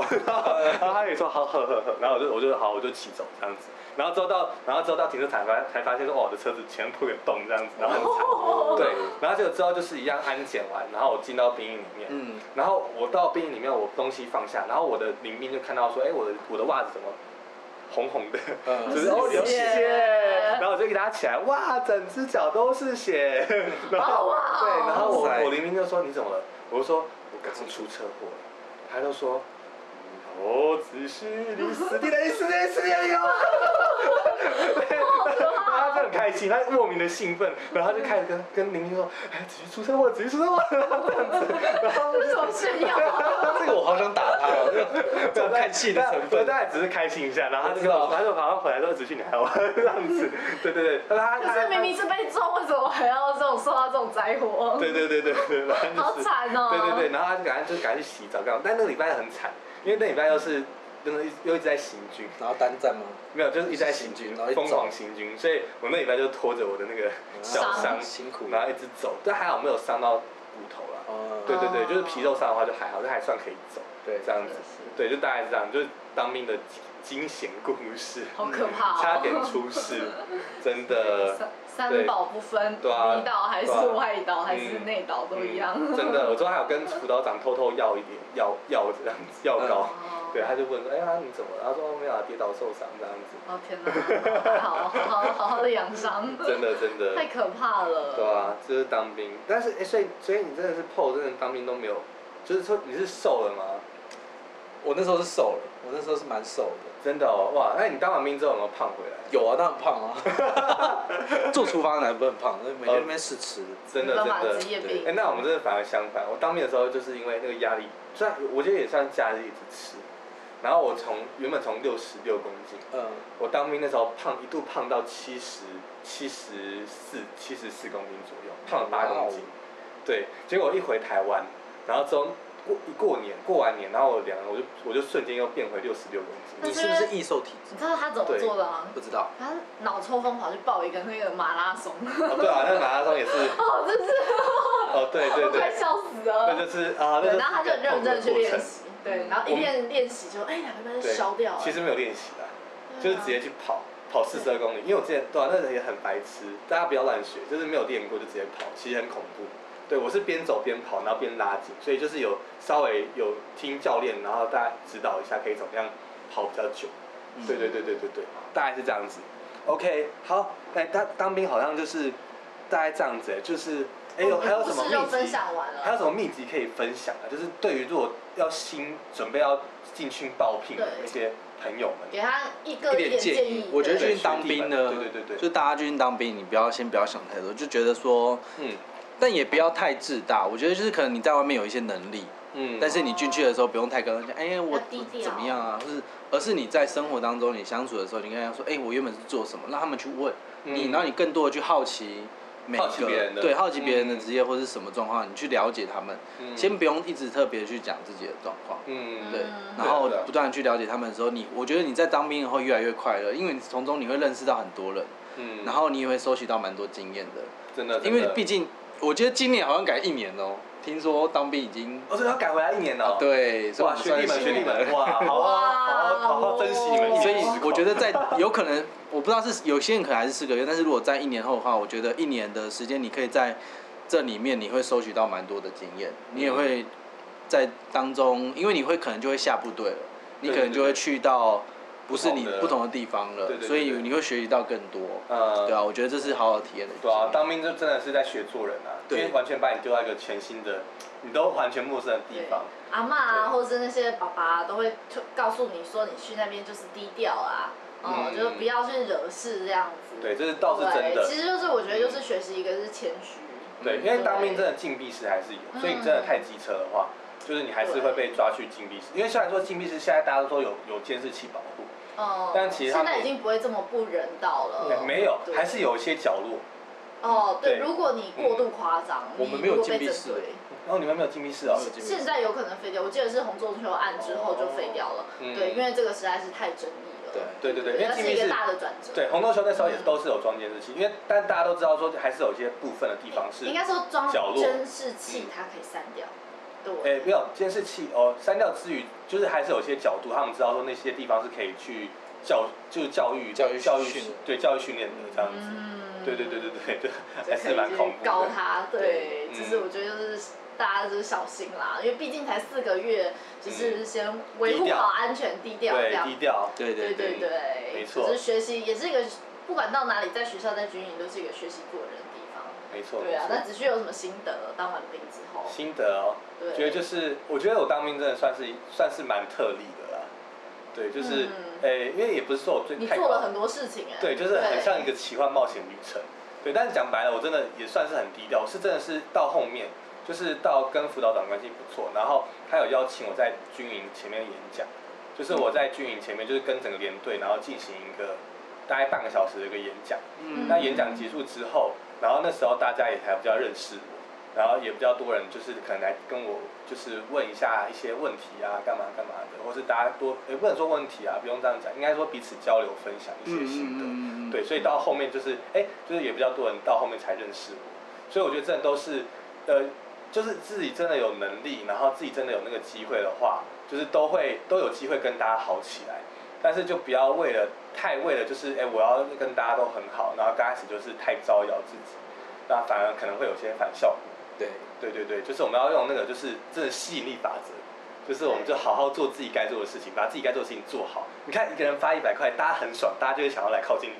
[SPEAKER 3] 然后他也说好，呵呵呵。然后我就我就好，我就骑走这样子。然后之后到，然后之后到停车场才才发现说，哦，我的车子前部有洞这样子，然后很
[SPEAKER 4] 哦
[SPEAKER 3] 惨。对，然后就之后就是一样安检完，然后我进到兵营里面，
[SPEAKER 4] 嗯
[SPEAKER 3] 然后我到兵营里面，我东西放下，然后我的民兵就看到说，哎，我的我的袜子怎么红红的？
[SPEAKER 4] 嗯
[SPEAKER 3] 就是哦流血
[SPEAKER 1] 血，
[SPEAKER 3] 然后我就给他起来，哇，整只脚都是血，然后、
[SPEAKER 1] 哇哇
[SPEAKER 3] 对，然后我
[SPEAKER 4] 哇塞哦
[SPEAKER 3] 我邻兵就说你怎么了？我就说我刚出车祸了，他就说。哦，只是你死定了，你死定了，你死定了！ [LAUGHS] 对然后他就很开心，他莫名的兴奋，然后他就开始跟跟邻居说：“哎，只是出车祸，只是出车祸。”
[SPEAKER 1] 这是什么炫耀？
[SPEAKER 4] 这个我好想打他哦， [LAUGHS] 这种看戏的成
[SPEAKER 3] 对
[SPEAKER 4] 分，
[SPEAKER 3] 大家只是开心一下，然后他就
[SPEAKER 4] 我知道
[SPEAKER 3] 说，他就好像回来之后只去你还玩这样子，对对对，但他他
[SPEAKER 1] 可是明明是被撞，为什么还要这种受到这种灾祸？
[SPEAKER 3] 对对对对对，反正就是
[SPEAKER 1] 好惨哦
[SPEAKER 3] 对对对，然后他就赶快就赶快去洗澡干嘛？但那个礼拜很惨，因为那礼拜又是真的又一直在行军，
[SPEAKER 4] 然后单战吗？
[SPEAKER 3] 没有就是一直在行军
[SPEAKER 4] 行军然后，一直走
[SPEAKER 3] 疯狂行军，所以我那礼拜就拖着我的那个小伤，
[SPEAKER 4] 伤辛苦
[SPEAKER 3] 然后一直走，但还好没有伤到骨头啦。
[SPEAKER 4] 哦
[SPEAKER 3] 对对对，就是皮肉伤的话就还好，就还算可以走。
[SPEAKER 4] 对
[SPEAKER 3] 这样子
[SPEAKER 1] 是是，
[SPEAKER 3] 对，就大概是这样，就是当兵的惊惊险故事，
[SPEAKER 1] 好可怕哦
[SPEAKER 3] 差点出事，真的
[SPEAKER 1] 三。三宝不分，
[SPEAKER 3] 对啊
[SPEAKER 1] 里岛还是
[SPEAKER 3] 对啊
[SPEAKER 1] 外岛还是内岛都一样。
[SPEAKER 3] 嗯真的，我之后还有跟辅导长偷偷要一点药药这样子药膏，
[SPEAKER 1] 哦
[SPEAKER 3] 对，他就问说，哎呀你怎么了？他说哦没有啊，跌倒受伤这样子，
[SPEAKER 1] [LAUGHS] 哦天哪，好好好好好的养伤，
[SPEAKER 3] 真的真的，
[SPEAKER 1] 太可怕了。
[SPEAKER 3] 对啊，就是当兵，但是哎、所以所以你真的是 PO 真的当兵都没有，就是说你是瘦了吗？
[SPEAKER 4] 我那时候是瘦了，我那时候是蛮瘦的。
[SPEAKER 3] 真的哦，哇！那你当完兵之后有没有胖回来？
[SPEAKER 4] 有啊，那很胖 [LAUGHS] 啊。做厨房的男不是很胖，每天在那边试吃。
[SPEAKER 3] 真的
[SPEAKER 1] 没
[SPEAKER 3] 真
[SPEAKER 1] 办法
[SPEAKER 3] 的
[SPEAKER 1] 职业，
[SPEAKER 3] 对
[SPEAKER 1] 病
[SPEAKER 3] 哎、那我们真的反而相反。我当兵的时候，就是因为那个压力，虽然我觉得也算假日一直吃，然后我从原本从六十六公斤，
[SPEAKER 4] 嗯，
[SPEAKER 3] 我当兵那时候胖，一度胖到七十七十四、七十四公斤左右，胖了八公斤
[SPEAKER 1] 哦
[SPEAKER 4] 哇。
[SPEAKER 3] 对，结果一回台湾，然后之后过一过年，过完年，然后我量我就我就瞬间又变回六十六公
[SPEAKER 1] 但 [LAUGHS]
[SPEAKER 3] 斤。
[SPEAKER 4] 你是不是易瘦体质？
[SPEAKER 1] 你知道他怎么
[SPEAKER 3] 对
[SPEAKER 1] 做的吗？
[SPEAKER 4] 不知道。
[SPEAKER 1] 他脑抽风跑去报一个那个马拉松，
[SPEAKER 3] 哦，对啊，那个马拉松也是。哦，是。哦，对对
[SPEAKER 1] 我快
[SPEAKER 3] 对，
[SPEAKER 1] 笑死
[SPEAKER 3] 那
[SPEAKER 1] 了
[SPEAKER 3] 就。是啊，那
[SPEAKER 1] 对，然后他就很认真的去练习，对，然后一
[SPEAKER 3] 我们
[SPEAKER 1] 练练习就哎两个班就
[SPEAKER 3] 对，
[SPEAKER 1] 消掉了。
[SPEAKER 3] 其实没有练习啦，就是直
[SPEAKER 1] 对
[SPEAKER 3] 接
[SPEAKER 1] 啊
[SPEAKER 3] 去跑，跑四十二公里。因为我之前对啊，那时候也很白痴，大家不要乱学，就是没有练过就直接跑，其实很恐怖。对我是边走边跑，然后边拉紧，所以就是有稍微有听教练，然后大家指导一下可以怎么样跑比较久。对对对对对对，大概是这样子。OK，好，哎，当当兵好像就是大概这样子，就是哎有
[SPEAKER 1] 我们
[SPEAKER 3] 还有什么
[SPEAKER 1] 故事就
[SPEAKER 3] 秘籍
[SPEAKER 1] 分享完了
[SPEAKER 3] 还有什么秘籍可以分享啊？就是对于如果要新准备要进去报聘的
[SPEAKER 1] 对
[SPEAKER 3] 那些朋友们，
[SPEAKER 1] 给他一个
[SPEAKER 4] 一点
[SPEAKER 1] 建
[SPEAKER 4] 建
[SPEAKER 1] 议
[SPEAKER 4] 议。，我觉得
[SPEAKER 1] 对
[SPEAKER 4] 去当兵呢，
[SPEAKER 3] 对对对对
[SPEAKER 4] 就大家去当兵，你不要先不要想太多，就觉得说，
[SPEAKER 3] 嗯
[SPEAKER 4] 但也不要太自大。我觉得就是可能你在外面有一些能力，
[SPEAKER 3] 嗯
[SPEAKER 4] 但是你进去的时候不用太跟人家，哎呀我
[SPEAKER 1] 要低调
[SPEAKER 4] 怎么样啊，或是而是你在生活当中你相处的时候，你跟人家说，哎，我原本是做什么，让他们去问
[SPEAKER 3] 嗯
[SPEAKER 4] 你，然后你更多的去好奇每
[SPEAKER 3] 好奇别人
[SPEAKER 4] 个
[SPEAKER 3] 的
[SPEAKER 4] 对好奇别人的
[SPEAKER 3] 嗯
[SPEAKER 4] 职业或是什么状况，你去了解他们，
[SPEAKER 3] 嗯
[SPEAKER 4] 先不用一直特别去讲自己的状况，
[SPEAKER 3] 嗯
[SPEAKER 4] 对
[SPEAKER 1] 嗯，
[SPEAKER 4] 然后
[SPEAKER 3] 对对
[SPEAKER 4] 不断地去了解他们的时候，你我觉得你在当兵以后越来越快乐，因为你从中你会认识到很多人，
[SPEAKER 3] 嗯
[SPEAKER 4] 然后你也会收集到蛮多经验的，
[SPEAKER 3] 真的，
[SPEAKER 4] 因为
[SPEAKER 3] 真的
[SPEAKER 4] 毕竟我觉得今年好像改一年哦、听说当兵已经
[SPEAKER 3] 哦，所以要改回来一年
[SPEAKER 4] 啊
[SPEAKER 3] 哦，，
[SPEAKER 4] 对，所以我
[SPEAKER 3] 哇，
[SPEAKER 4] 们
[SPEAKER 3] 学
[SPEAKER 4] 算
[SPEAKER 3] 弟们
[SPEAKER 4] 是
[SPEAKER 3] 学弟们，哇，好好
[SPEAKER 1] 哇
[SPEAKER 3] 好好好好珍惜你们一
[SPEAKER 4] 所
[SPEAKER 3] 年的
[SPEAKER 4] 以
[SPEAKER 3] 时光，
[SPEAKER 4] 我觉得在有可能，我不知道是有些人可能还是四个月，但是如果在一年后的话，我觉得一年的时间你可以在这里面你会收取到蛮多的经验，你也会在当中，因为你会可能就会下部队了，你
[SPEAKER 3] 对
[SPEAKER 4] 可能就会去到不是
[SPEAKER 3] 不同
[SPEAKER 4] 你
[SPEAKER 3] 的
[SPEAKER 4] 不同的地方了
[SPEAKER 3] 对对，对
[SPEAKER 4] 所以
[SPEAKER 3] 对
[SPEAKER 4] 你会学习到更多。
[SPEAKER 3] 呃
[SPEAKER 4] 对啊，我觉得这是好好体验的一个
[SPEAKER 3] 对啊，
[SPEAKER 4] 经验。
[SPEAKER 3] 当兵就真的是在学做人啊，因
[SPEAKER 4] 对
[SPEAKER 3] 为完全把你丢到一个全新的，你都完全陌生的地
[SPEAKER 1] 对
[SPEAKER 3] 方。
[SPEAKER 1] 阿嬷啊，
[SPEAKER 3] 对
[SPEAKER 1] 或者是那些爸爸啊都会就告诉你说，你去那边就是低调啊，哦，
[SPEAKER 3] 嗯
[SPEAKER 1] 就是不要去惹事这样子。
[SPEAKER 3] 对，这是倒是真
[SPEAKER 1] 对
[SPEAKER 3] 的
[SPEAKER 1] 其。实就是我觉得就是学习一个是谦虚，
[SPEAKER 3] 对，
[SPEAKER 4] 嗯
[SPEAKER 3] 因为当兵真的禁闭室还是有，
[SPEAKER 1] 嗯
[SPEAKER 3] 所以你真的太机车的话，就是你还是会被抓去禁闭室。因为虽然说禁闭室现在大家都说有有监视器保护，
[SPEAKER 1] 嗯，
[SPEAKER 3] 但其实他
[SPEAKER 1] 现
[SPEAKER 3] 们
[SPEAKER 1] 在已经不会这么不人道了。
[SPEAKER 3] 哎没有，
[SPEAKER 1] 嗯对
[SPEAKER 3] 还是有一些角落。
[SPEAKER 1] 哦，对，
[SPEAKER 3] 对嗯
[SPEAKER 1] 如果你过度夸张，
[SPEAKER 4] 我
[SPEAKER 1] 你
[SPEAKER 4] 们没有
[SPEAKER 1] 如果被
[SPEAKER 4] 禁闭
[SPEAKER 1] 针
[SPEAKER 4] 室
[SPEAKER 1] 对
[SPEAKER 3] 然后你们没有禁闭室哦，
[SPEAKER 1] 现在有可能废掉，我记得是红中秋案之后就废掉了，
[SPEAKER 3] 嗯
[SPEAKER 1] 对，因为这个实在是太争议了，
[SPEAKER 4] 对
[SPEAKER 3] 对对对，
[SPEAKER 1] 对，
[SPEAKER 3] 因为
[SPEAKER 1] 它
[SPEAKER 3] 禁
[SPEAKER 1] 是一
[SPEAKER 3] 闭
[SPEAKER 1] 个
[SPEAKER 3] 室
[SPEAKER 1] 大的转折，
[SPEAKER 3] 对红豆球那时候也都是有装监视器，因为但大家都知道说还是有一些部分的地方是
[SPEAKER 1] 应该说装
[SPEAKER 3] 角落嗯
[SPEAKER 1] 监视器它可以删掉，
[SPEAKER 3] 哎、
[SPEAKER 1] 对，
[SPEAKER 3] 没有监视器哦，删掉之余，就是还是有些角度，他们知道说那些地方是可以去教，就是教育
[SPEAKER 4] 教育
[SPEAKER 3] 教育
[SPEAKER 4] 训
[SPEAKER 3] 对教育训练的这样子。
[SPEAKER 1] 嗯
[SPEAKER 3] 对对对对对对，还
[SPEAKER 1] 可
[SPEAKER 3] 是
[SPEAKER 1] 以
[SPEAKER 3] 蛮恐
[SPEAKER 1] 去
[SPEAKER 3] 怖
[SPEAKER 1] 告
[SPEAKER 3] 的。
[SPEAKER 1] 他，对，
[SPEAKER 3] 嗯
[SPEAKER 1] 就是我觉得就是大家就是小心啦，因为毕竟才四个月，就是先维护
[SPEAKER 3] 嗯低调
[SPEAKER 1] 好安全，低调这
[SPEAKER 3] 对，
[SPEAKER 1] 样
[SPEAKER 3] 低，调。
[SPEAKER 4] 对
[SPEAKER 1] 对
[SPEAKER 4] 对对，
[SPEAKER 1] 对对，
[SPEAKER 3] 没错
[SPEAKER 1] 就是学习也是一个，不管到哪里，在学校在军营都是一个学习做人的地方。
[SPEAKER 3] 没错。
[SPEAKER 1] 对啊，
[SPEAKER 3] 没
[SPEAKER 1] 那
[SPEAKER 3] 错
[SPEAKER 1] 子旭有什么心得？当完兵之后，
[SPEAKER 3] 心得哦，
[SPEAKER 1] 对
[SPEAKER 3] 觉得就是，我觉得我当兵真的算是算是蛮特例的啦。对，就是，
[SPEAKER 1] 嗯
[SPEAKER 3] 哎、因为也不是说我最
[SPEAKER 1] 你
[SPEAKER 3] 太
[SPEAKER 1] 做了
[SPEAKER 3] 高
[SPEAKER 1] 很多事情哎、
[SPEAKER 3] [LAUGHS] 对，就是很像一个奇幻冒险旅程。对，但是讲白了，我真的也算是很低调，是真的是到后面，就是到跟辅导长关系不错，然后他有邀请我在军营前面演讲，就是我在军营前面就是跟整个连队，然后进行一个大概半个小时的一个演讲。
[SPEAKER 1] 嗯
[SPEAKER 3] 那演讲结束之后，然后那时候大家也还比较认识我，然后也比较多人就是可能来跟我就是问一下一些问题啊，干嘛干嘛的，或是大家多也、不能说问题啊，不用这样讲，应该说彼此交流分享一些心得。
[SPEAKER 4] 嗯嗯嗯嗯嗯
[SPEAKER 3] 对，所以到后面就是哎、就是也比较多人到后面才认识我，所以我觉得这都是呃，就是自己真的有能力，然后自己真的有那个机会的话，就是都会都有机会跟大家好起来。但是就不要为了太为了就是哎、我要跟大家都很好，然后刚开始就是太招摇自己，那反而可能会有些反效果。
[SPEAKER 4] 对，
[SPEAKER 3] 对对对，就是我们要用那个就是真的吸引力法则，就是我们就好好做自己该做的事情，把自己该做的事情做好。你看一个人发一百块，大家很爽，大家就会想要来靠近你。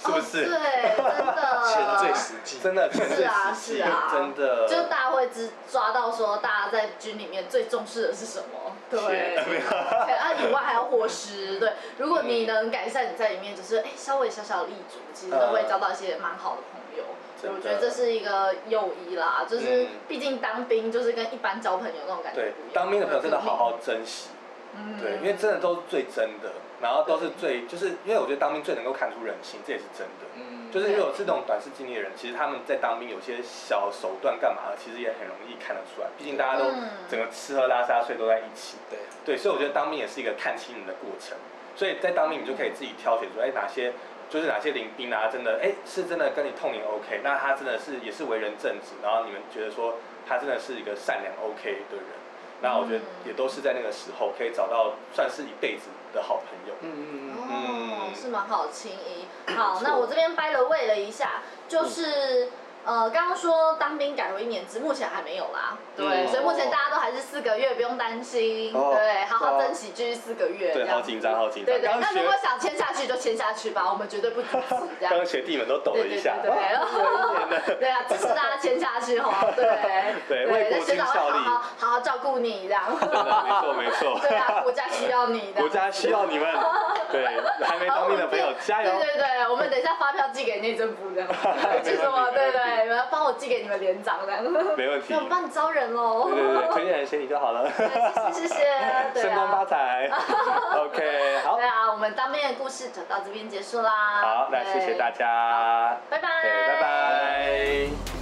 [SPEAKER 3] 是不是？
[SPEAKER 1] 哦、对，真
[SPEAKER 3] [LAUGHS]
[SPEAKER 1] 的。[LAUGHS]
[SPEAKER 4] 钱最实际，
[SPEAKER 3] 真的，真的
[SPEAKER 1] 是啊
[SPEAKER 3] 实
[SPEAKER 1] 是
[SPEAKER 3] 际
[SPEAKER 1] 啊，
[SPEAKER 3] [LAUGHS] 真的，
[SPEAKER 1] 就大家会知抓到说大家在军里面最重视的是什么，对，对啊以外还要伙食，对，如果你能改善你在里面，就是哎、稍微小小的立足，其实都会交到一些蛮好的朋友。所以我觉得这是一个友谊啦，就是
[SPEAKER 3] 嗯
[SPEAKER 1] 毕竟当兵就是跟一般交朋友那种感觉
[SPEAKER 3] 对
[SPEAKER 1] 不一样。，
[SPEAKER 3] 当兵的朋友真的好好
[SPEAKER 1] 有
[SPEAKER 3] 珍惜，
[SPEAKER 1] 命，嗯
[SPEAKER 3] 对，因为真的都是最真的，然后都是最，就是因为我觉得当兵最能够看出人性，这也是真的。
[SPEAKER 4] 嗯，
[SPEAKER 3] 就是因为我是这种短视经历的人，其实他们在当兵有些小手段干嘛的，其实也很容易看得出来。毕竟大家都
[SPEAKER 1] 嗯
[SPEAKER 3] 整个吃喝拉撒睡都在一起，
[SPEAKER 4] 对，
[SPEAKER 3] 对，所以我觉得当兵也是一个看清人的过程。所以在当兵，你就可以自己挑选说，哎、哪些就是哪些领兵啊，真的，哎、是真的跟你痛你 OK，那他真的是也是为人正直，然后你们觉得说他真的是一个善良 OK 的人，那我觉
[SPEAKER 1] 嗯
[SPEAKER 3] 得也都是在那个时候可以找到算是一辈子的好朋友。
[SPEAKER 4] 嗯嗯嗯，
[SPEAKER 1] 哦
[SPEAKER 3] 嗯，
[SPEAKER 1] 是蛮好轻盈。好，那我这边掰了位了一下，就是、
[SPEAKER 3] 嗯
[SPEAKER 1] 呃，刚刚说当兵改为一年制，目前还没有啦。对，
[SPEAKER 3] 嗯
[SPEAKER 1] 所以目前大家都还是四个月，不用担心。
[SPEAKER 4] 哦
[SPEAKER 1] 对，好好
[SPEAKER 4] 对啊
[SPEAKER 1] 珍惜，继续四个月。
[SPEAKER 3] 对，
[SPEAKER 1] 这样
[SPEAKER 3] 好紧张，好紧张。
[SPEAKER 1] 对对，
[SPEAKER 3] 刚
[SPEAKER 1] 那
[SPEAKER 3] 学
[SPEAKER 1] 如果想签下去就签下去吧，我们绝对不阻止这
[SPEAKER 3] [LAUGHS] 刚
[SPEAKER 1] 样。
[SPEAKER 3] 学弟们都抖了
[SPEAKER 1] 对
[SPEAKER 3] [LAUGHS] 一
[SPEAKER 1] 对对
[SPEAKER 3] 下。
[SPEAKER 1] 对对，对啊，支持大家签下去
[SPEAKER 3] [LAUGHS]
[SPEAKER 1] 哈，对
[SPEAKER 3] 对为
[SPEAKER 1] 那
[SPEAKER 3] 国
[SPEAKER 1] 学
[SPEAKER 3] 军
[SPEAKER 1] 长会
[SPEAKER 3] 效
[SPEAKER 1] 好
[SPEAKER 3] 力
[SPEAKER 1] 好好好照顾你这
[SPEAKER 3] [LAUGHS]
[SPEAKER 1] 样，
[SPEAKER 3] 真的没错没错。
[SPEAKER 1] 对啊，国家需要你的，
[SPEAKER 3] [LAUGHS] 国家需要你们，对，还没当兵的朋友加油
[SPEAKER 1] 对！对对，我们等一下发票寄给内政部这
[SPEAKER 3] [LAUGHS]
[SPEAKER 1] 样，寄什么？对对，你们帮我寄给你们连长这样，
[SPEAKER 3] 没问题
[SPEAKER 1] [LAUGHS] 那我们帮你招人喽
[SPEAKER 3] 对。对对，推荐人选你就好了。
[SPEAKER 1] 对 [LAUGHS] 谢谢谢谢，对
[SPEAKER 3] [LAUGHS] 升官发
[SPEAKER 1] 啊。 [LAUGHS]
[SPEAKER 3] 财。OK，好
[SPEAKER 1] 对，啊，我们当面的故事就到这边结束啦。
[SPEAKER 3] 好，那谢谢大
[SPEAKER 1] 家，
[SPEAKER 3] 家，
[SPEAKER 1] 拜拜，
[SPEAKER 3] 对，拜。拜。